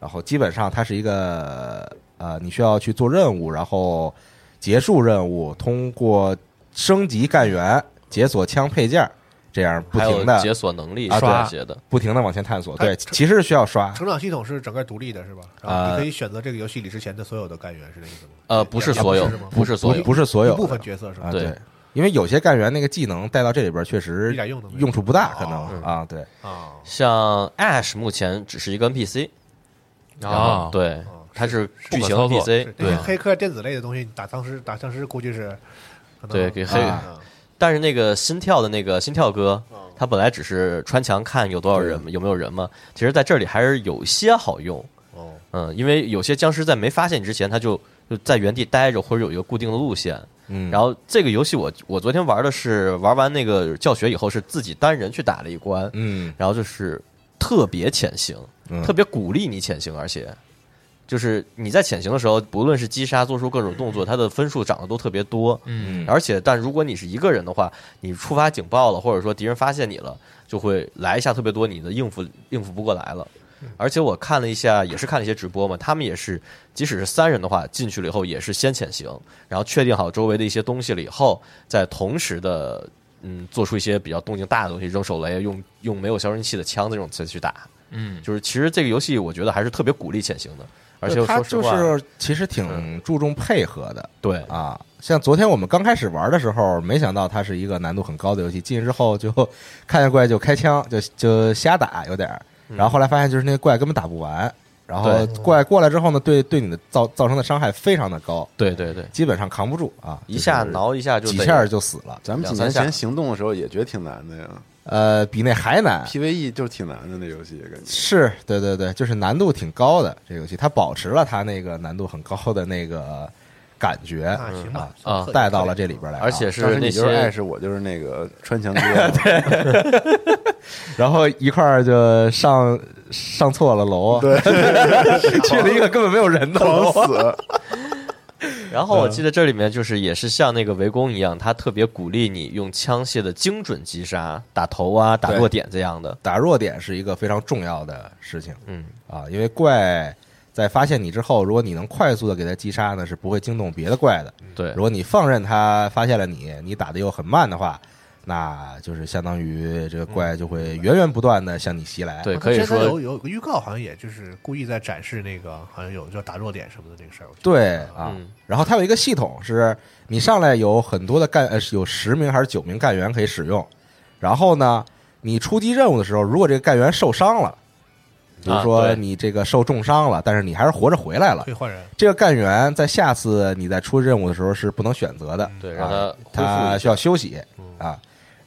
D: 然后基本上它是一个呃，你需要去做任务，然后结束任务，通过升级干员、解锁枪配件儿，这样不
H: 还有
D: 停的
H: 解锁能力
D: 啊
H: 刷
D: 对
H: 些的，
D: 不停的往前探索。
F: 它
D: 对，
F: 成
D: 其实是需要刷，
F: 成长系统是整个独立的，是吧？然后
D: 呃
F: 你可以选择这个游戏里之前的所有的干员，是这意思吗？
H: 呃，不是
F: 也
H: 所有
F: 是吗，
H: 不是所有，
D: 不是所有
F: 一部分角色是吧？
D: 啊，
H: 对
D: 对，因为有些干员那个技能带到这里边儿确实
F: 一点用都没有
D: 用处不大，
F: 哦
D: 可能
F: 嗯
D: 啊，对，
F: 啊，
H: 像 Ash 目前只是一个 NPC，然后
E: 啊，
H: 对
F: 哦，
H: 它是巨型
E: 不可操作
H: NPC，
F: 是那
H: 对
F: 些，黑客电子类的东西，你打僵尸打僵尸估计是可能
H: 对给黑
F: 啊
H: 但是那个心跳的那个心跳哥，
D: 嗯
H: 他本来只是穿墙看有多少人，有没有人嘛。其实在这里还是有些好用，
F: 哦
H: 嗯，因为有些僵尸在没发现你之前，他就就在原地待着，或者有一个固定的路线。
D: 嗯，
H: 然后这个游戏我我昨天玩的是玩完那个教学以后，是自己单人去打了一关，
D: 嗯
H: 然后就是特别潜行，
D: 嗯
H: 特别鼓励你潜行，而且就是你在潜行的时候，不论是击杀、做出各种 动作，它的分数涨得都特别多。
E: 嗯，
H: 而且，但如果你是一个人的话，你触发警报了，或者说敌人发现你了，就会来一下特别多，你的应付应付不过来了。
D: 嗯
H: 而且我看了一下，也是看了一些直播嘛，他们也是，即使是三人的话，进去了以后也是先潜行，然后确定好周围的一些东西了以后，再同时的，嗯，做出一些比较动静大的东西，扔手雷，用用没有消声器的枪这种再去打。
E: 嗯，
H: 就是其实这个游戏我觉得还是特别鼓励潜行的，而且
D: 它
H: 说实
D: 就
H: 话，
D: 是其实
H: 嗯
D: 挺注重配合的，
H: 对
D: 啊，像昨天我们刚开始玩的时候，没想到它是一个难度很高的游戏，进去之后就看见怪就开枪，就就瞎打有点儿，然后后来发现就是那个怪根本打不完，然后
H: 嗯对
D: 怪过来之后呢，对对你的造造成的伤害非常的高，
H: 对对对，
D: 基本上扛不住啊，
H: 一下
D: 就是
H: 挠一下就
D: 几
H: 得
D: 下就死了，
G: 咱们几
H: 两
G: 年
H: 三下
G: 前行动的时候也觉得挺难的呀
D: 呃，比那还难。
G: ，PVE 就是挺难的那游戏，感觉
D: 是对对对，就是难度挺高的这个游戏，它保持了它那个难度很高的那个感觉
F: 那行吧
H: 嗯啊
F: 算
D: 带到了这里边来啊，
H: 而且
G: 当
H: 是
G: 时
H: 那
G: 你
H: 些
G: 就是爱是我就是那个穿墙哥， 对
D: 然后一块儿就上上错了楼，对， 去了一个根本没有人的嗯
G: 狂
D: 楼，
G: 死，
H: 然后我记得这里面就是也是像那个围攻一样，它特别鼓励你用枪械的精准击杀，打头啊、打落点这样的。
D: 打弱点是一个非常重要的事情
H: 嗯，
D: 啊，因为怪在发现你之后，如果你能快速的给它击杀呢，是不会惊动别的怪的。
H: 对
D: 如，果你放任它发现了你，你打的又很慢的话，那就是相当于这个怪就会源源不断的向你袭来。
H: 对
F: 啊
H: 可以
F: 之前
H: 说
F: 有有个预告，好像也就是故意在展示那个，好像有叫打弱点什么的这个事儿。我觉得
D: 对啊
H: 嗯，
D: 然后它有一个系统，是你上来有很多的干，呃，有十名还是九名干员可以使用。然后呢，你出击任务的时候，如果这个干员受伤了，比如
H: 啊
D: 说
H: 对
D: 你这个受重伤了，但是你还是活着回来了
F: 可以，换人，
D: 这个干员在下次你在出任务的时候是不能选择的，啊
H: 对，让它恢复
D: 他
H: 一
D: 需
H: 下。
D: 要休息啊，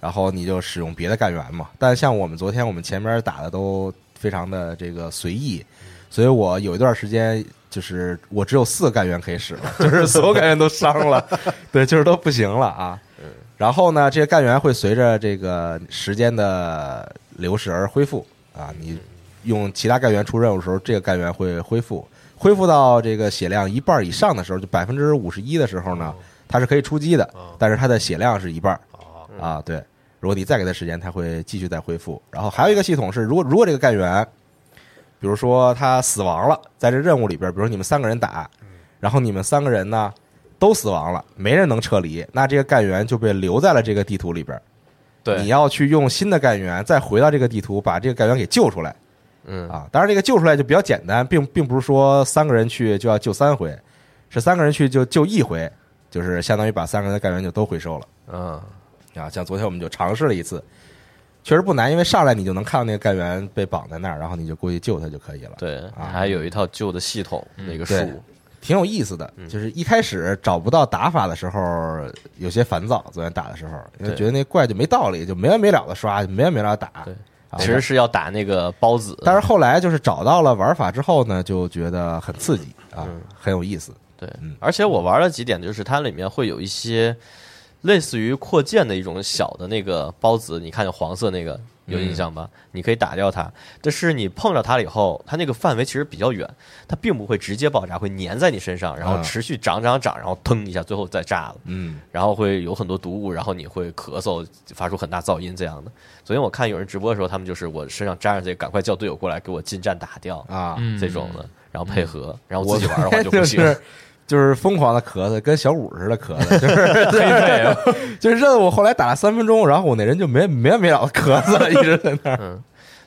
D: 然后你就使用别的干员嘛。但像我们昨天我们前面打的都非常的这个随意，所以我有一段时间就是我只有四个干员可以使了， 就是所有干员都伤了， 对，就是都不行了啊。然后呢，这些干员会随着这个时间的流逝而恢复啊。你用其他干员出任务的时候，这个干员会恢复，恢复到这个血量一半以上的时候，就百分之五十一的时候
H: 哦
D: 呢，它是可以出击的，但是它的血量是一半儿
F: 哦
D: 啊。对，如果你再给它时间，它会继续再恢复。然后还有一个系统是，如果如果这个干员，比如说他死亡了，在这任务里边，比如说你们三个人打，然后你们三个人呢都死亡了，没人能撤离，那这个干员就被留在了这个地图里边。
H: 对
D: 你要去用新的干员再回到这个地图，把这个干员给救出来。
H: 嗯
D: 啊，当然这个救出来就比较简单，并并不是说三个人去就要救三回，是三个人去就救一回，就是相当于把三个人的干员就都回收了。
H: 嗯，
D: 啊，像昨天我们就尝试了一次，确实不难，因为上来你就能看到那个干员被绑在那儿，然后你就过去救他就可以了。
H: 对，
D: 啊嗯
H: 还有一嗯套旧的系统，那个
D: 对
H: 树，
D: 挺有意思的，就是一开始找不到打法的时候，有些烦躁。昨天打的时候，因为
H: 对
D: 觉得那怪就没道理，就没完没了的刷，就没完没了地打。
H: 对
D: 啊，
H: 其实是要打那个孢子，
D: 但是后来就是找到了玩法之后呢，就觉得很刺激啊，
H: 嗯
D: 很有意思。
H: 对
D: 嗯，
H: 而且我玩了几点，就是它里面会有一些类似于扩建的一种小的那个孢子，你看见黄色那个有印象吧？你可以打掉它，但是你碰着它了以后，它那个范围其实比较远，它并不会直接爆炸，会粘在你身上，然后
D: 啊
H: 持续长长长，然后腾一下，最后再炸了。
D: 嗯，
H: 然后会有很多毒物，然后你会咳嗽，发出很大噪音这样的。昨天我看有人直播的时候，他们就是我身上沾上这个，赶快叫队友过来给我近战打掉
D: 啊嗯
E: 嗯
H: 这种的，然后配合，然后
D: 我
H: 自己玩的话就不行。
D: 是就是疯狂的咳嗽，跟小五似的咳嗽， 就是
E: 黑费啊，
D: 就是任务后来打了三分钟，然后我那人就没没完没了的咳嗽，一直在那儿。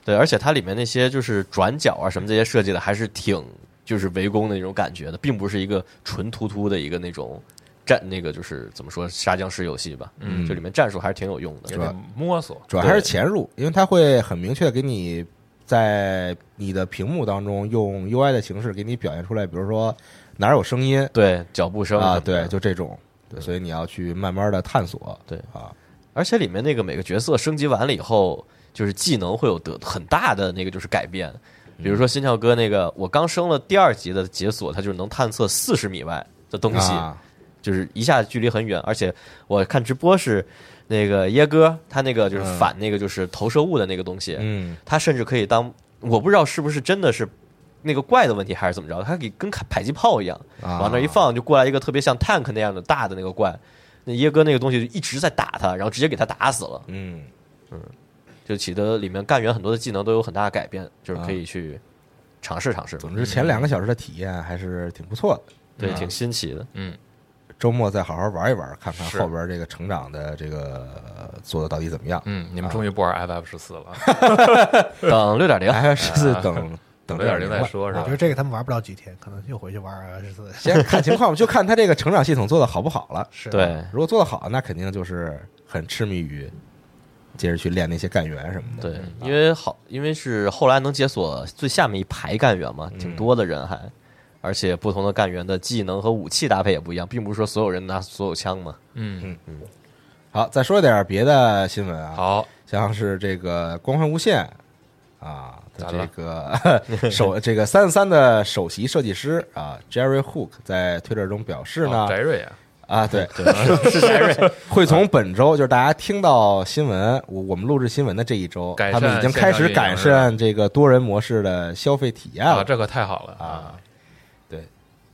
H: 对，而且它里面那些就是转角啊什么这些设计的，还是挺就是围攻的那种感觉的，并不是一个纯突突的一个那种战那个就是怎么说杀僵尸游戏吧，嗯，就里面战术还是挺有用的，
E: 有点摸索，
D: 主要还是潜入，因为它会很明确地给你在你的屏幕当中用 UI 的形式给你表现出来，比如说哪儿有声音
H: 对脚步声
D: 啊，
H: 什么的
D: 对，就这种，对，所以你要去慢慢的探索，
H: 对
D: 啊，
H: 而且里面那个每个角色升级完了以后，就是技能会有得很大的那个就是改变。
D: 嗯
H: 比如说心跳哥那个，我刚升了第二级的解锁，它就是能探测四十米外的东西，
D: 啊
H: 就是一下距离很远。而且我看直播是那个耶哥，他那个就是反那个就是投射物的那个东西，
D: 嗯，
H: 他甚至可以当我不知道是不是真的是那个怪的问题还是怎么着，他给跟迫击炮一样，
D: 啊
H: 往那一放就过来一个特别像 tank 那样的大的那个怪，那耶哥那个东西就一直在打他，然后直接给他打死了，
D: 嗯，
H: 就起的里面干员很多的技能都有很大的改变，就是可以去尝试尝试，
D: 总之啊前两个小时的体验还是挺不错的。
H: 对，挺新奇 的。
D: 周末再好好玩一玩，看看
E: 是
D: 后边这个成长的这个呃做的到底怎么样。
E: 嗯，你们终于不玩 FF 十四 了，
H: 等六
E: 哎
H: 点零，
D: 还是 等等
E: 六点
D: 零
E: 零再说是
F: 我
E: 吧
F: 觉？得这个他们玩不了几天，可能又回去玩啊二十四。
D: 先看情况，就 看他这个成长系统做的好不好了。
F: 是，啊
H: 对，
D: 如果做得好，那肯定就是很痴迷于接着去练那些干员什么的。
H: 对，因为好，因为是后来能解锁最下面一排干员嘛，
E: 嗯
H: 挺多的人还，而且不同的干员的技能和武器搭配也不一样，并不是说所有人拿所有枪嘛。
E: 嗯，
D: 好，再说点别的新闻啊，
E: 好，
D: 像是这个《光环无限》啊，的
E: 咋
D: 这
E: 了
D: 个 首这个三十三的首席设计师啊，Jerry Hook 在推特中表示
E: 哦
D: 呢，
E: 翟瑞啊，
D: 啊，对， 是 Jerry 会从本周，就是大家听到新闻，我我们录制新闻的这一周，
E: 改
D: 他们
E: 善
D: 已经
E: 线
D: 开
E: 上
D: 始
E: 运营
D: 改
E: 是吧
D: 善这个多人模式的消费体验
E: 啊，
D: 了。
E: 这可太好了啊
D: 啊！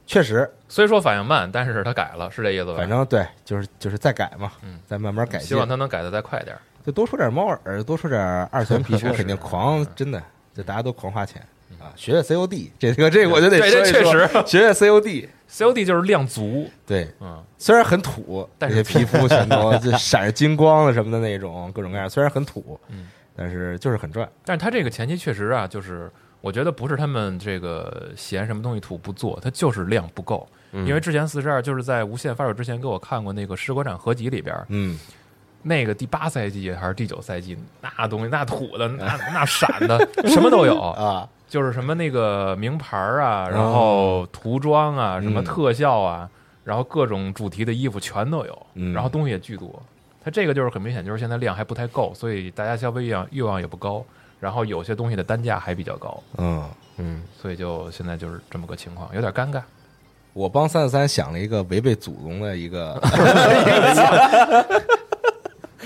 D: 确实，
E: 虽说反应慢，但是他改了，是这意思吧？嗯
D: 反正对，就是就是再改嘛，再慢慢改
E: 希
D: 进
E: 望，他能改的再快点儿。
D: 就多出点猫耳，多出点二拳 皮
E: 确
D: 肤，
E: 实
D: 肯定狂，真的，就大家都狂花钱啊！学学 COD，这个这个我就得
E: 嗯对
D: 说一
E: 这确
D: 说
E: 实
D: 学学 COD，
E: COD 就是量足，
D: 对，
E: 嗯，
D: 虽然很土，
E: 但
D: 这
E: 是
D: 皮肤全 都就闪着金光的什么的那种，各种各样，虽然很土
E: 嗯，
D: 但是就是很赚，
E: 但是他这个前期确实啊，就是我觉得不是他们这个嫌什么东西土不做，他就是量不够。因为之前四十二就是在无限发售之前给我看过那个《石国展合集》里边，
D: 嗯，
E: 那个第八赛季还是第九赛季，那东西那土的那那闪的什么都有
D: 啊，
E: 就是什么那个名牌儿啊，然后涂装啊，什么
D: 哦嗯
E: 特效啊，然后各种主题的衣服全都有，
D: 嗯
E: 然后东西也巨多。它这个就是很明显，就是现在量还不太够，所以大家消费欲望欲望也不高，然后有些东西的单价还比较高，
D: 嗯，
H: 嗯，
E: 所以就现在就是这么个情况，有点尴尬。
D: 我帮三十三想了一个违背祖宗的一 个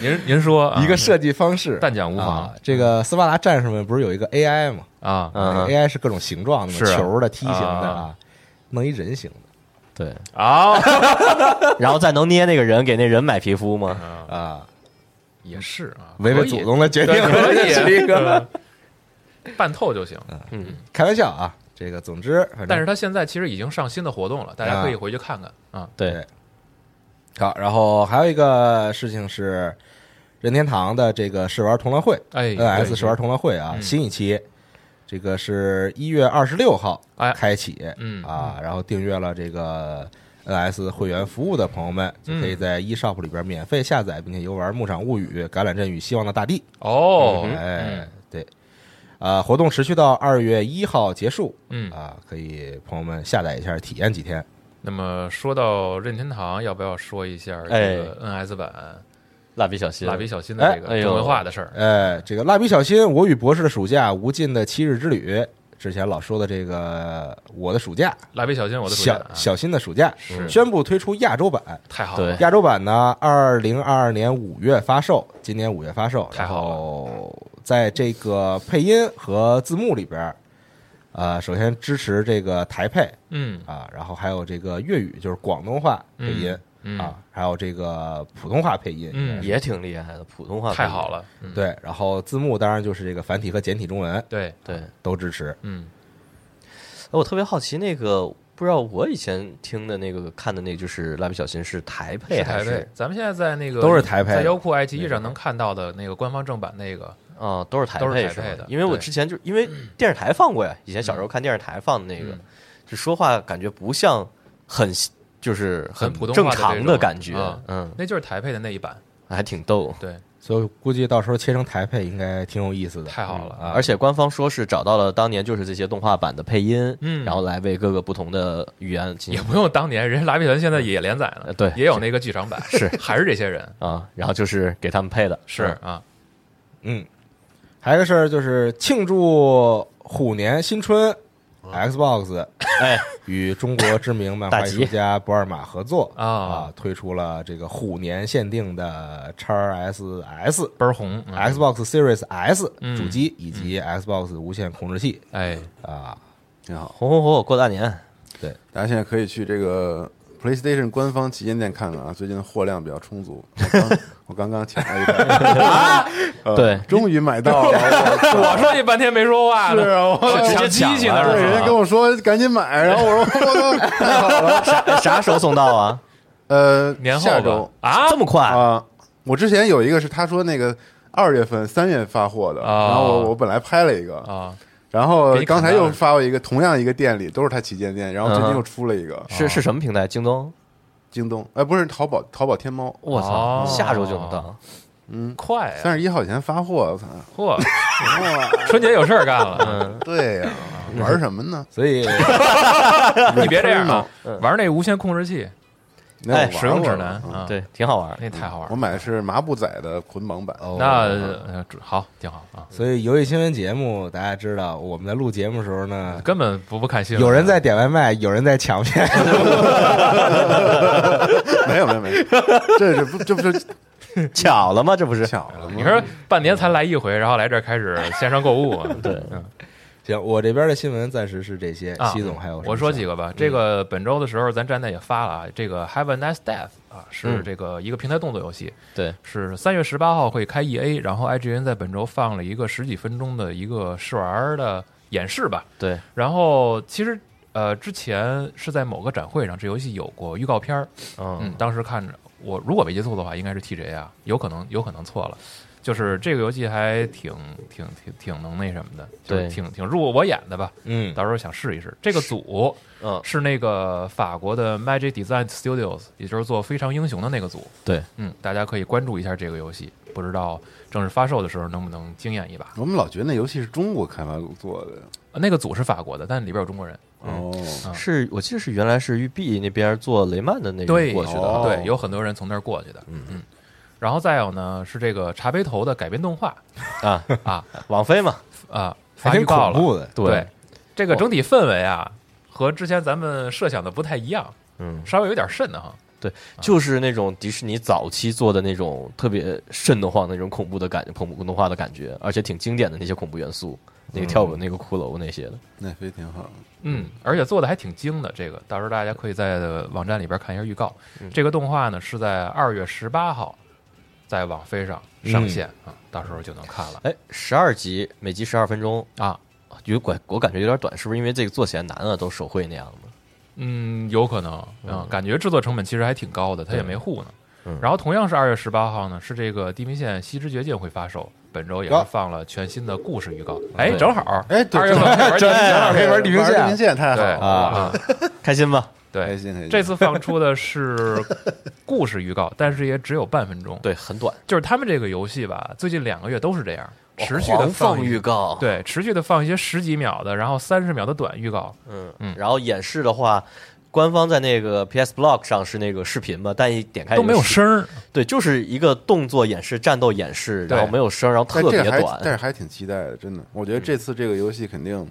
E: 您您说
D: 一个设计方式，
E: 但讲无妨
D: 啊。这个斯巴达战士们不是有一个 AI 吗？
E: 啊
H: 嗯
D: 那个 AI 是各种形状的嘛，
E: 是啊
D: 球的、梯形的
E: 啊
D: 啊，弄一人形
H: 对，
E: 啊，
H: 然后再能捏那个人，给那人买皮肤 吗？
D: 的啊，
E: 也是啊，
D: 违背祖宗的决定，
E: 对可以
D: 这是一个
E: 可以半透就行。
H: 嗯，
D: 开玩笑啊。这个总之，反正
E: 但是它现在其实已经上新的活动了，大家可以回去看看啊。
H: 对，
D: 好，然后还有一个事情是，任天堂的这个试玩同乐会
E: 哎
D: ，NS
E: 对
D: 试玩同乐会啊，
E: 嗯
D: 新一期，这个是一月二十六号
E: 哎
D: 开启，
E: 嗯
D: 啊，然后订阅了这个 NS 会员服务的朋友们，就可以在 eShop 里边免费下载并且游玩《牧场物语》《橄榄镇与希望的大地》
E: 哦，
D: 哎
E: 嗯，
D: 对，啊，活动持续到二月一号结束，
E: 嗯
D: 啊，可以朋友们下载一下体验几天，
E: 那么说到任天堂，要不要说一下这个 NS 版
H: 蜡笔小新，
E: 蜡笔小新的这
H: 哎哎
E: 个
H: 呦
E: 中文化的事儿？
D: 呃，这个《蜡笔小新》《我与博士的暑假》《无尽的七日之旅》，之前老说的这个《我的暑假》
E: 蜡笔小新，我的
D: 小
E: 啊
D: 小新的暑假
E: 是
D: 宣布推出亚洲版。
E: 太好了
H: 对，
D: 亚洲版呢，二零二二年五月发售，今年五月发售。
E: 太
D: 然
E: 好了
D: 后在这个配音和字幕里边儿，呃，首先支持这个台配
E: 嗯
D: 啊，然后还有这个粤语，就是广东话配音
E: 嗯
D: 啊，还有这个普通话配音。应该
E: 嗯
D: 是
H: 也挺厉害的，普通话
E: 太好，了，嗯
D: 对，然后字幕当然就是这个繁体和简体中文
E: 对，
H: 对。
D: 都支持。
E: 嗯
H: 哎我特别好奇，那个不知道我以前听的那个看的那个就是蜡笔小新是台配
E: 是
H: 还
E: 台配
H: 是，
E: 咱们现在在那个
D: 都是台配
E: 在优酷、爱奇艺上能看到的那个官方正版那个，
H: 啊？都是台
E: 都是台
H: 是
E: 配
H: 吧
E: 的
H: 因为我
E: 对
H: 之前就因为电视台放过呀，以前小时候看电视台放的那个
E: 嗯，
H: 就说话感觉不像很就是
E: 很普通
H: 正
E: 话的这种
H: 常的感觉
E: 啊，
H: 嗯，
E: 那就是台配的那一版，
H: 还挺逗。
E: 对，
D: 所以我估计到时候切成台配应该挺有意思的。
E: 太好了，
D: 啊
H: 而且官方说是找到了当年就是这些动画版的配音，
E: 嗯
H: 然后来为各个不同的语言进
E: 也
H: 行
E: 不用当年，人家蜡笔小新现在也连载
H: 呃
E: 了，
H: 对
E: 也有那个剧场版，
H: 是
E: 还是这些人，
H: 啊，然后就是给他们配的，
E: 是
H: 嗯
E: 啊，
D: 嗯，还有一个事儿就是庆祝虎年新春，Xbox
E: 啊
H: 哎，
D: 与中国知名漫画艺术家博尔玛合作
E: 啊
D: 啊，推出了这个虎年限定的 x SS、
E: 倍儿红，嗯
D: Xbox Series S
E: 嗯
D: 主机以及 Xbox 无线控制器
E: 哎，
D: 啊，
G: 挺好。
H: 红红火火过大年，
G: 大家现在可以去这个 PlayStation 官方旗舰店看看啊，最近的货量比较充足。我刚 我刚刚抢了一台，呃
H: 对
G: 终于买到了。
E: 我说你半天没说话呢，
G: 呃
E: 是抢机器呢，
H: 啊抢了
G: 对，
E: 是
G: 人
E: 吧
G: 家跟我说赶紧买，然后我说 我操， 太好了。
H: 啥啥时候送到啊？
G: 呃，
E: 年
G: 下
E: 后
G: 周
E: 吧啊
H: 这，么快？
G: 啊，我之前有一个是他说那个二月份、三月发货的，
E: 啊
G: 然后我我本来拍了一个，
E: 啊，
G: 然后
E: 给你
G: 刚才
E: 砍掉
G: 又
E: 了
G: 发过一个，同样一个店里都是他旗舰店，然后最近
H: 嗯
G: 又出了一
E: 哦
G: 个哦
H: 是
E: 啊
H: 是什么平台？京东？
G: 京东，哎，不是淘宝，淘宝天猫，嗯
H: 我
E: 哦
H: 操，下周就能到。
E: 快啊，
G: 三十一号以前发货，我操！
E: 嚯，
G: 哇
E: 春节有事儿干了，
G: 对 呀、玩什么呢？
D: 所以
E: 嗯，你别这样啊
H: 嗯
E: 玩那无线控制器，哎
G: 那我玩过
E: 使用指南
G: 嗯
E: 啊，，
H: 对，挺好玩儿。
E: 那太好玩
G: 我
E: 了。
G: 买的是麻布仔的捆绑版。
D: 哦
E: 那呃主好，挺好啊，
D: 所以游戏新闻节目大家知道，我们在录节目的时候呢，
E: 根本不不看新闻。啊
D: 有人在点外卖，有人在抢票。
G: 没有没有没有，这是不这不是
H: 巧了吗？这不是？
G: 巧了吗？
E: 你说半年才来一回，然后来这儿开始线上购物，啊
H: 对，
D: 行，我这边的新闻暂时是这些。
E: 啊
D: 西总还有什么嗯
E: 我说
D: 事儿
E: 几个吧。这个本周的时候，咱站内也发了啊。这个 Have a Nice Death 啊，是
H: 嗯
E: 这个一个平台动作游戏，
H: 对，
E: 是三月十八号会开 EA，然后 IGN 在本周放了一个十几分钟的一个试玩的演示吧。
H: 对，
E: 然后其实呃，之前是在某个展会上，这游戏有过预告片儿，嗯
H: 嗯，，
E: 当时看着我如果没记错的话，应该是 TJ 啊，有可能有可能错了。就是这个游戏还挺挺挺挺能那什么的，就是
H: 对
E: 挺挺入我眼的吧。
D: 嗯
E: 到时候想试一试。这个组
H: 嗯，
E: 是那个法国的 Magic Design Studios，也就是做《非常英雄》的那个组。
H: 对，
E: 嗯，大家可以关注一下这个游戏，不知道正式发售的时候能不能惊艳一把。
G: 我们老觉得那游戏是中国开发做的，
E: 呃那个组是法国的，但里边有中国人。
G: 哦，
H: 是我记得是原来是育碧那边做雷曼的那个
E: 对，
H: 过去的
G: 哦
H: 啊，
E: 对，有很多人从那儿过去的。嗯嗯。然后再有呢是这个茶杯头的改编动画
H: 啊，
E: 啊
H: 网飞嘛，
E: 啊
D: 还
E: 发
D: 挺
E: 预
D: 恐
E: 告了，
D: 怖 的，
E: 对，嗯这个整体氛围啊和之前咱们设想的不太一样，
H: 嗯，
E: 稍微有点瘆得慌。
H: 就是那种迪士尼早期做的那种特别瘆得慌的那种恐怖的感觉，恐怖动画的感觉，而且挺经典的那些恐怖元素，那个跳舞、那个骷髅那些的，
G: 奈飞挺好，
E: 嗯，而且做的还挺精的。这个到时候大家可以在网站里边看一下预告。
G: 嗯
E: 这个动画呢是在二月十八号在网飞上上线
G: 嗯
E: 啊，到时候就能看了
H: 哎，十二集，每集十二分钟，
E: 啊。
H: 有感我感觉有点短，是不是因为这个做起来难啊，都手绘那样的？
E: 嗯，有可能啊，感觉制作成本其实还挺高的，它也没糊呢。
H: 嗯
E: 然后同样是二月十八号呢，是这个《地平线：西之绝境》会发售，本周也会放了全新的故事预告。哎，正好，
G: 哎对
E: 二月份玩
G: 正
E: 儿
D: 可以玩地平线
G: 玩地平线太好哎
E: 对
G: 了，
E: 啊，
H: 哎开心吧？
G: 开
E: 对，
G: 心开心。
E: 这次放出的是故事预告，但是也只有半分钟。
H: 对，很短，
E: 就是他们这个游戏吧，最近两个月都是这样，持续的
H: 哦狂放预
E: 告，
H: 告，，
E: 对，持续的放一些十几秒的，然后三十秒的短预告，
H: 嗯
E: 嗯
H: 然后演示的话，官方在那个 PS Blog 上是那个视频嘛，但一点开
E: 都没有
H: 一个视，
E: 声儿。
H: 对，就是一个动作演示、战斗演示，
E: 对
H: 然后没有声，然后
G: 但
H: 特
G: 这
H: 别
G: 还但
H: 短
G: 是，还挺期待的，真的。我觉得这次这个游戏肯定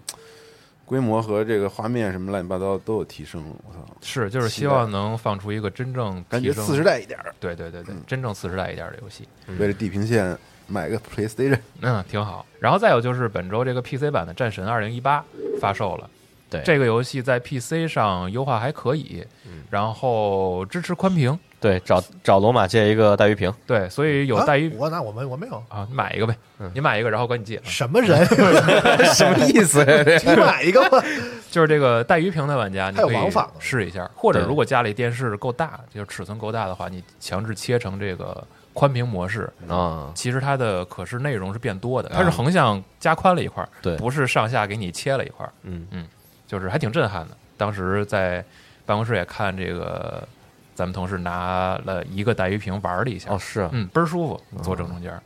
G: 规模和这个画面什么乱七八糟都有提升。我操，
E: 是，就是
G: 期
E: 希
G: 待
E: 望能放出一个真正
G: 感
E: 提
G: 觉
E: 升
G: 次时，代一点儿，
E: 对对对对，真正次时代一点的游戏，
G: 为了地平线买个 PlayStation，
E: 嗯，挺好。然后再有就是本周这个 PC 版的《战神二零一八》发售了。
H: 对
E: 这个游戏在 PC 上优化还可以，然后支持宽屏，
H: 对，找找罗马借一个带鱼屏，
E: 对，所以有
F: 啊
E: 带鱼
F: 我那我们我没有
E: 啊，你买一个呗，你买一个，然后管你借啊。
F: 什么人，
D: 什么意 思？
F: 你买 一个吧。
E: 就是这个带鱼屏的玩家，你
F: 还有
E: 可以
F: 往返吗
E: 试一下，或者
H: 对
E: 如果家里电视够大，就是尺寸够大的话，你强制切成这个宽屏模式。
H: 啊，
E: 其实它的可视内容是变多的，它是横向加宽了一块儿，
H: 对
E: 不是上下给你切了一块儿，
H: 嗯，
E: 就是还挺震撼的。当时在办公室也看这个，咱们同事拿了一个带鱼屏玩了一下，
H: 哦是啊，
E: 嗯，倍儿舒服，坐正中间儿。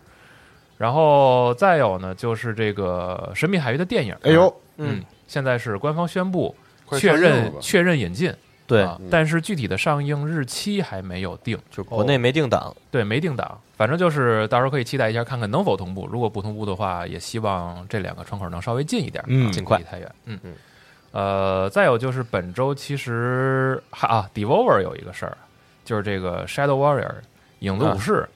E: 然后再有呢，就是这个《神秘海域》的电影，
D: 哎呦，
E: 嗯，现在是官方宣布
G: 快
E: 确
G: 上映了
E: 认
G: 吧
E: 确认引进，
H: 对，
E: 啊，但是具体的上映日期还没有定，
H: 就国内没定档，
E: 对，没定档，反正就是到时候可以期待一下，看看能否同步。如果不同步的话，也希望这两个窗口能稍微近一点，
D: 嗯
E: 啊
H: 尽快
E: 不离太远，嗯嗯。呃，再有就是本周其实哈啊，Devolver 有一个事儿，就是这个 Shadow Warrior 影子武
H: 啊
E: 士，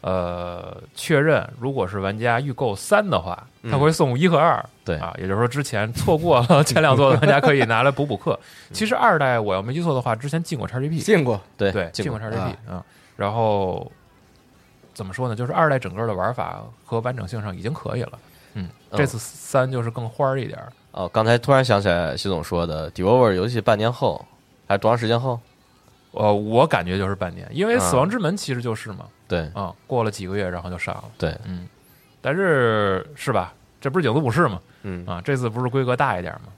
E: 呃，确认如果是玩家预购三的话，他会送一和二、
H: 嗯对
E: 啊，也就是说之前错过了前两座的玩家可以拿来补补 课。其实二代我要没记错的话，之前进过 XGP，
D: 见过
H: 对
E: 对，
H: 进
E: 进过
H: 过
E: XGP 啊。然后怎么说呢？就是二代整个的玩法和完整性上已经可以了。嗯，
H: 嗯
E: 这次三就是更花儿一点儿，
H: 哦，刚才突然想起来，习总说的 Devolver E 游戏半年后还是多长时间后？
E: 呃，我感觉就是半年，因为
H: 嗯
E: 《死亡之门》其实就是嘛，
H: 对
E: 啊，过了几个月然后就上了，
H: 对，
E: 嗯，但是是吧？这不是影子武士吗？
H: 嗯
E: 啊，这次不是规格大一点吗？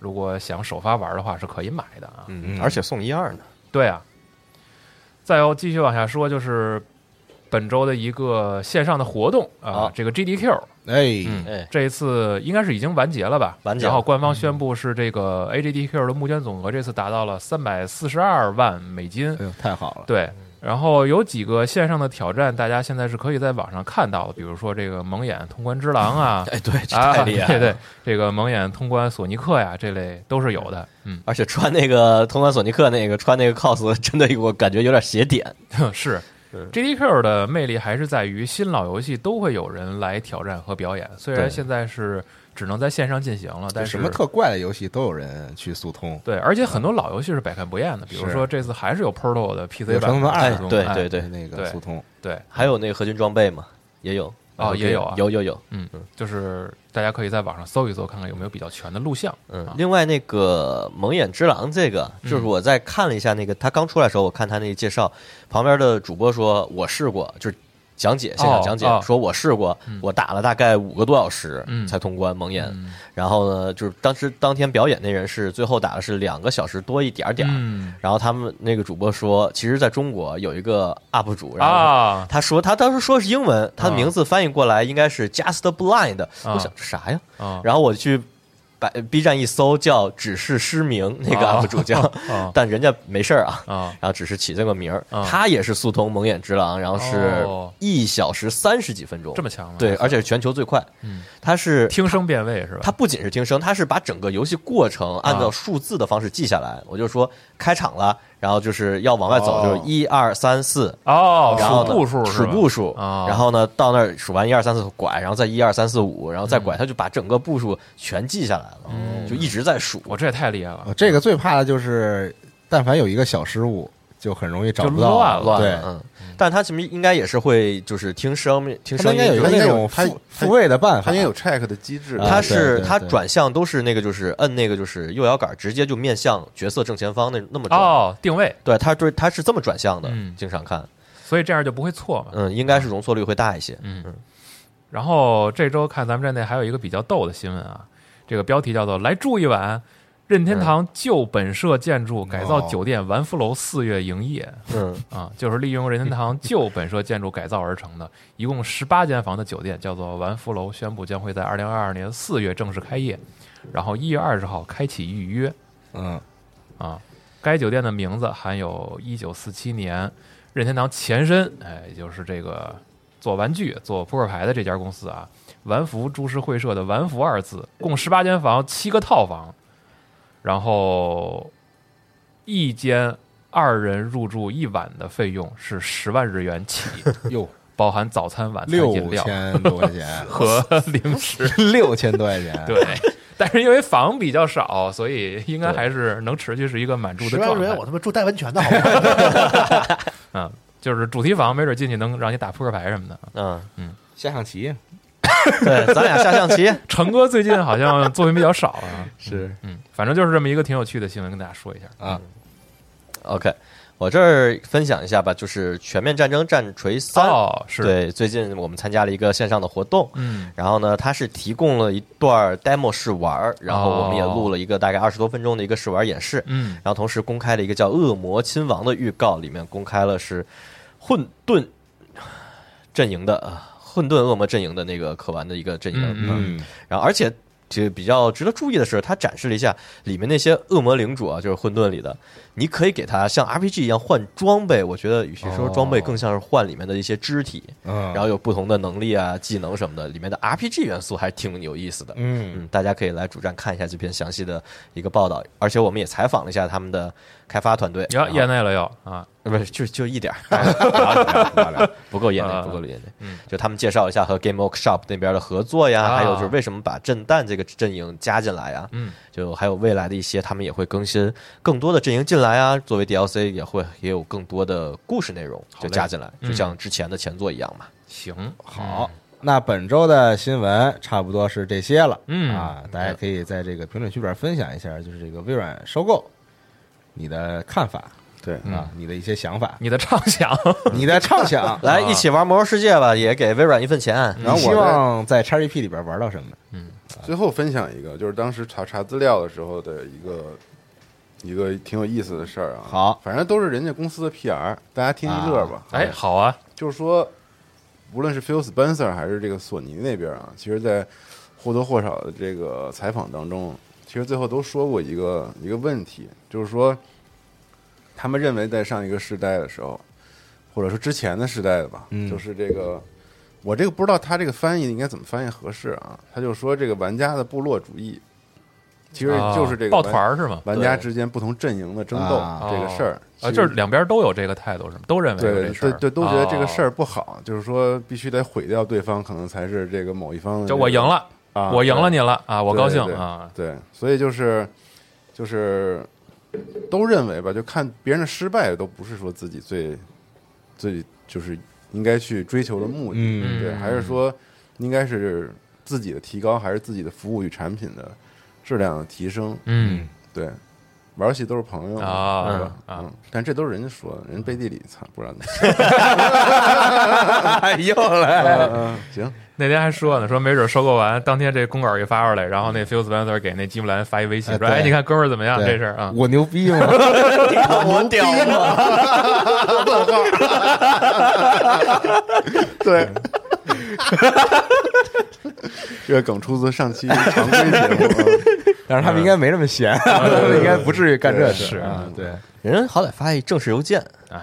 E: 如果想首发玩的话，是可以买的啊。
H: 嗯，而且送一二呢，
E: 对啊，再要继续往下说，就是本周的一个线上的活动啊，
H: 好
E: 这个 GDQ，
D: 哎，
E: 嗯，
H: 哎，
E: 这一次应该是已经完结了吧？
H: 完结了嗯
E: 然后官方宣布是这个 AGDQ 的募捐总额这次达到了三百四十二万美金
D: 哎，呦，太好了，
H: 嗯
E: 对。然后有几个线上的挑战，大家现在是可以在网上看到的，比如说这个蒙眼通关之狼啊，
H: 哎，对，这
E: 啊，
H: 太厉害了，
E: 对对，这个蒙眼通关索尼克呀，这类都是有的。嗯，
H: 而且穿那个通关索尼克那个穿那个 cos，真 的我感觉有点邪点。
E: 是 GDQ 的魅力还是在于新老游戏都会有人来挑战和表演，虽然
H: 对
E: 现在是只能在线上进行了，但是
D: 什么特怪的游戏都有人去速通，
E: 对，而且很多老游戏是百看不厌的，比如
D: 是
E: 说这次还是有 Portal 的 PC
D: 有
E: 版
D: 传统
E: 的
D: 的
E: 哎，
D: 二
E: 中
H: 对
E: 哎
H: 对对，
D: 那个
E: 对
D: 速通，
E: 对，
H: 还有那个合金装备嘛，也有呃
E: 哦也有啊
H: 有有有。
E: 嗯，就是大家可以在网上搜一搜，看看有没有比较全的录像。
H: 嗯
E: 啊，
H: 另外那个《蒙眼之狼》这个，就是
E: 嗯
H: 我在看了一下那个他刚出来的时候，我看他那个介绍，旁边的主播说我试过，就是讲解现场讲解
E: 哦，
H: 说我试过，我打了大概五个多小时
E: 嗯
H: 才通关蒙眼。
E: 嗯
H: 然后呢，就是当时当天表演那人是最后打的是两个小时多一点儿点儿。
E: 嗯
H: 然后他们那个主播说，其实在中国有一个 UP 主，然后
E: 啊，
H: 他说他当时说是英文，他的名字翻译过来应该是 Just Blind，、
E: 啊
H: 我想啥呀？
E: 啊
H: 然后我去百 B 站一搜叫“只是失明”那个
E: 啊
H: UP 主叫，
E: 啊
H: 但人家没事儿啊。
E: 啊
H: 然后只是起这个名儿
E: 啊，
H: 他也是速通蒙眼之狼，然后是
E: 哦
H: 一小时三十几分钟，
E: 这么强吗啊
H: 对，而且是全球最快。
E: 嗯，
H: 他是
E: 听声辨位是吧？
H: 他不仅是啊听声，他是把整个游戏过程按照数字的方式记下来。我就说开场了，然后就是要往外走，
G: 哦
H: 就是一二三四。
E: 哦，
H: 然后
E: 数
H: 呢
E: 步数是
H: 数哦
E: 吧
H: 步数，
E: 啊，
H: 然后呢，到那儿数完一二三四拐，然后再一二三四五，然后再拐，他就把整个步数全记下来了，就一直在数。
E: 我这也太厉害了
H: 嗯
D: 呃，这个最怕的就是，但凡有一个小失误，就很容易找不到
E: 就乱
H: 乱
D: 对
H: 了，，嗯，但他其实应该也是会，就是听声听
D: 他
H: 声
D: 应该
H: 音
D: 有一个
H: 之类的，
D: 那种
G: 它
D: 复复位的办
G: 它
D: 法
G: 应。该有 check 的机制。
D: 啊
H: 他
D: 对
H: 是
D: 对
H: 他
D: 对
H: 转向都是那个就是摁那个就是右摇杆，直接就面向角色正前方那那么转。
E: 哦，定位，
H: 对，他对他是这么转向的
E: 嗯，
H: 经常看，
E: 所以这样就不会错嘛。
H: 嗯，应该是容错率会大一些。
E: 嗯，然后这周看咱们站内还有一个比较逗的新闻啊，这个标题叫做“来住一晚”，任天
H: 嗯
E: 堂旧本社建筑改造
H: 哦
E: 酒店完肤楼四月营业
H: 嗯，
E: 啊，就是利用任天堂旧本社建筑改造而成的，一共十八间房的酒店，叫做完肤楼，宣布将会在二零二二年四月正式开业，然后一月二十号开启预约。
D: 嗯，
E: 啊。该酒店的名字含有1947年任天堂前身，哎，也就是这个做玩具、做扑克牌的这家公司啊，玩福株式会社的“玩福”二字，共十八间房，七个套房，然后一间二人入住一晚的费用是十万日元起，
D: 哟，
E: 包含早餐、晚餐、
D: 六
E: 饮料，
D: 千多块钱
E: 和零食。
D: 六千多块钱，
E: 对，但是因为房比较少，所以应该还是能持续是一个满住
F: 十
E: 的
F: 万
E: 状
F: 日
E: 态
F: 元，。我他妈住带温泉的好吗？
E: 嗯，就是主题房，没准进去能让你打扑克牌什么的。
H: 嗯，
D: 下象棋
H: 对，咱俩下象棋，
E: 成哥最近好像作品比较少 啊，
D: 是
E: 嗯，反正就是这么一个挺有趣的新闻，跟大家说一下。
D: 啊，
H: OK，我这儿分享一下吧，就是《全面战争：战锤三》
E: 哦，是，
H: 对，最近我们参加了一个线上的活动，
E: 嗯，
H: 然后呢，它是提供了一段 demo 试玩儿，然后我们也
E: 哦
H: 录了一个大概二十多分钟的一个试玩演示，
E: 嗯
H: 然后同时公开了一个叫《恶魔亲王》的预告，里面公开了是混沌阵营的啊，混沌恶魔阵营的那个可玩的一个阵营，
E: 嗯
D: 嗯，
H: 然后而且就比较值得注意的是，它展示了一下里面那些恶魔领主啊，就是混沌里的，你可以给它像 RPG 一样换装备。我觉得与其说装备，
E: 哦
H: 更像是换里面的一些肢体，
D: 嗯
H: 然后有不同的能力啊、技能什么的，里面的 RPG 元素还挺有意思的。
D: 嗯
H: 嗯，大家可以来主站看一下这篇详细的一个报道，而且我们也采访了一下他们的开发团队。
E: 呀，
H: 然后
E: 业内了又啊，
H: 呃不是，就就一点儿，
E: 哎
H: 不够业内，不够业内
E: 嗯。
H: 就他们介绍一下和 Game Workshop 那边的合作呀，
E: 啊
H: 还有就是为什么把震旦这个阵营加进来呀，
E: 嗯，
H: 就还有未来的一些，他们也会更新更多的阵营进来啊，作为 DLC 也会也有更多的故事内容就
E: 嘞
H: 加进来，
E: 嗯
H: 就像之前的前作一样嘛。，
E: 行，
D: 好，那本周的新闻差不多是这些了，
E: 嗯
D: 啊，大家可以在这个评论区里边分享一下，就是这个微软收购你的看法
G: 对，
D: 啊，你的一些想法，
E: 你的畅想，
D: 你的畅想
E: 啊
H: 来一起玩《魔兽世界》吧，也给微软一份钱。
G: 然后
D: 你希
G: 我的
D: 望在 XGP 里边玩到什么？
G: 最后分享一个，就是当时查查资料的时候的一个一个挺有意思的事儿啊。
D: 好
G: 反正都是人家公司的 PR，大家听一乐吧。
E: 哎，好啊，
G: 就是说，无论是 Phil Spencer 还是这个索尼那边啊，其实，在或多或少的这个采访当中，其实最后都说过一个一个问题，就是说，他们认为在上一个时代的时候，或者说之前的时代的吧，
E: 嗯
G: 就是这个。我这个不知道他这个翻译应该怎么翻译合适啊？他就说这个玩家的部落主义，其实
E: 啊
G: 就是这个
E: 抱
G: 玩
E: 团儿是吗？
G: 玩家之间不同阵营的争斗
D: 啊
G: 这个事儿
E: 啊，
G: 其
E: 就
G: 实
E: 是两边都有这个态度，是吗？都认为有
G: 对
E: 这事儿
G: 对对，都觉得这个事儿
E: 哦，
G: 不好，就是说必须得毁掉对方，可能才是这个某一方的这
E: 就
G: 个。
E: 我赢了，
G: 啊，
E: 我赢了你了啊，
G: 对，
E: 我高兴
G: 对
E: 啊，。
G: 对，对所以就是就是都认为吧，就看别人的失败，都不是说自己最最就是应该去追求的目的，
D: 嗯
G: 对，还是说应该是自己的提高，还是自己的服务与产品的质量的提升，
E: 嗯，
G: 对。玩游戏都是朋友
E: 啊
G: 对吧？
E: 啊
G: 嗯，但这都是人家说的，人背地里操，不知道怎么
H: 哎
D: 又来，
G: 嗯，行，
E: 那天还说呢，说没准收购完当天这公稿一发出来，然后那 Phil Spencer 给那吉姆兰发一微信
D: 哎
E: 说：“
D: 对
E: 哎，你看哥们儿怎么样？
D: 对
E: 这事儿啊，
D: 我牛逼吗？
H: 哎我屌
G: 啊
H: 吗？
G: 对，这个梗出自上期常规节目。嗯
D: 但是他们应该没这么闲，他 们应该不至于干这事啊。对，
H: 人家好歹发一正式邮件，
E: 哎，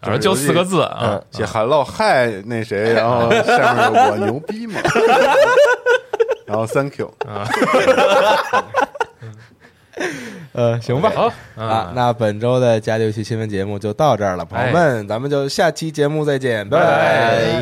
E: 反正就四个字啊，
G: 嗯写韩露嗨那谁，然后下面有我牛逼 嘛，然后 Thank you，
D: 呃，行吧，
E: 好
D: 啊，那本周的加六期新闻节目就到这儿了，朋友们，咱们就下期节目再见，拜
E: 拜
D: 拜
H: 哎。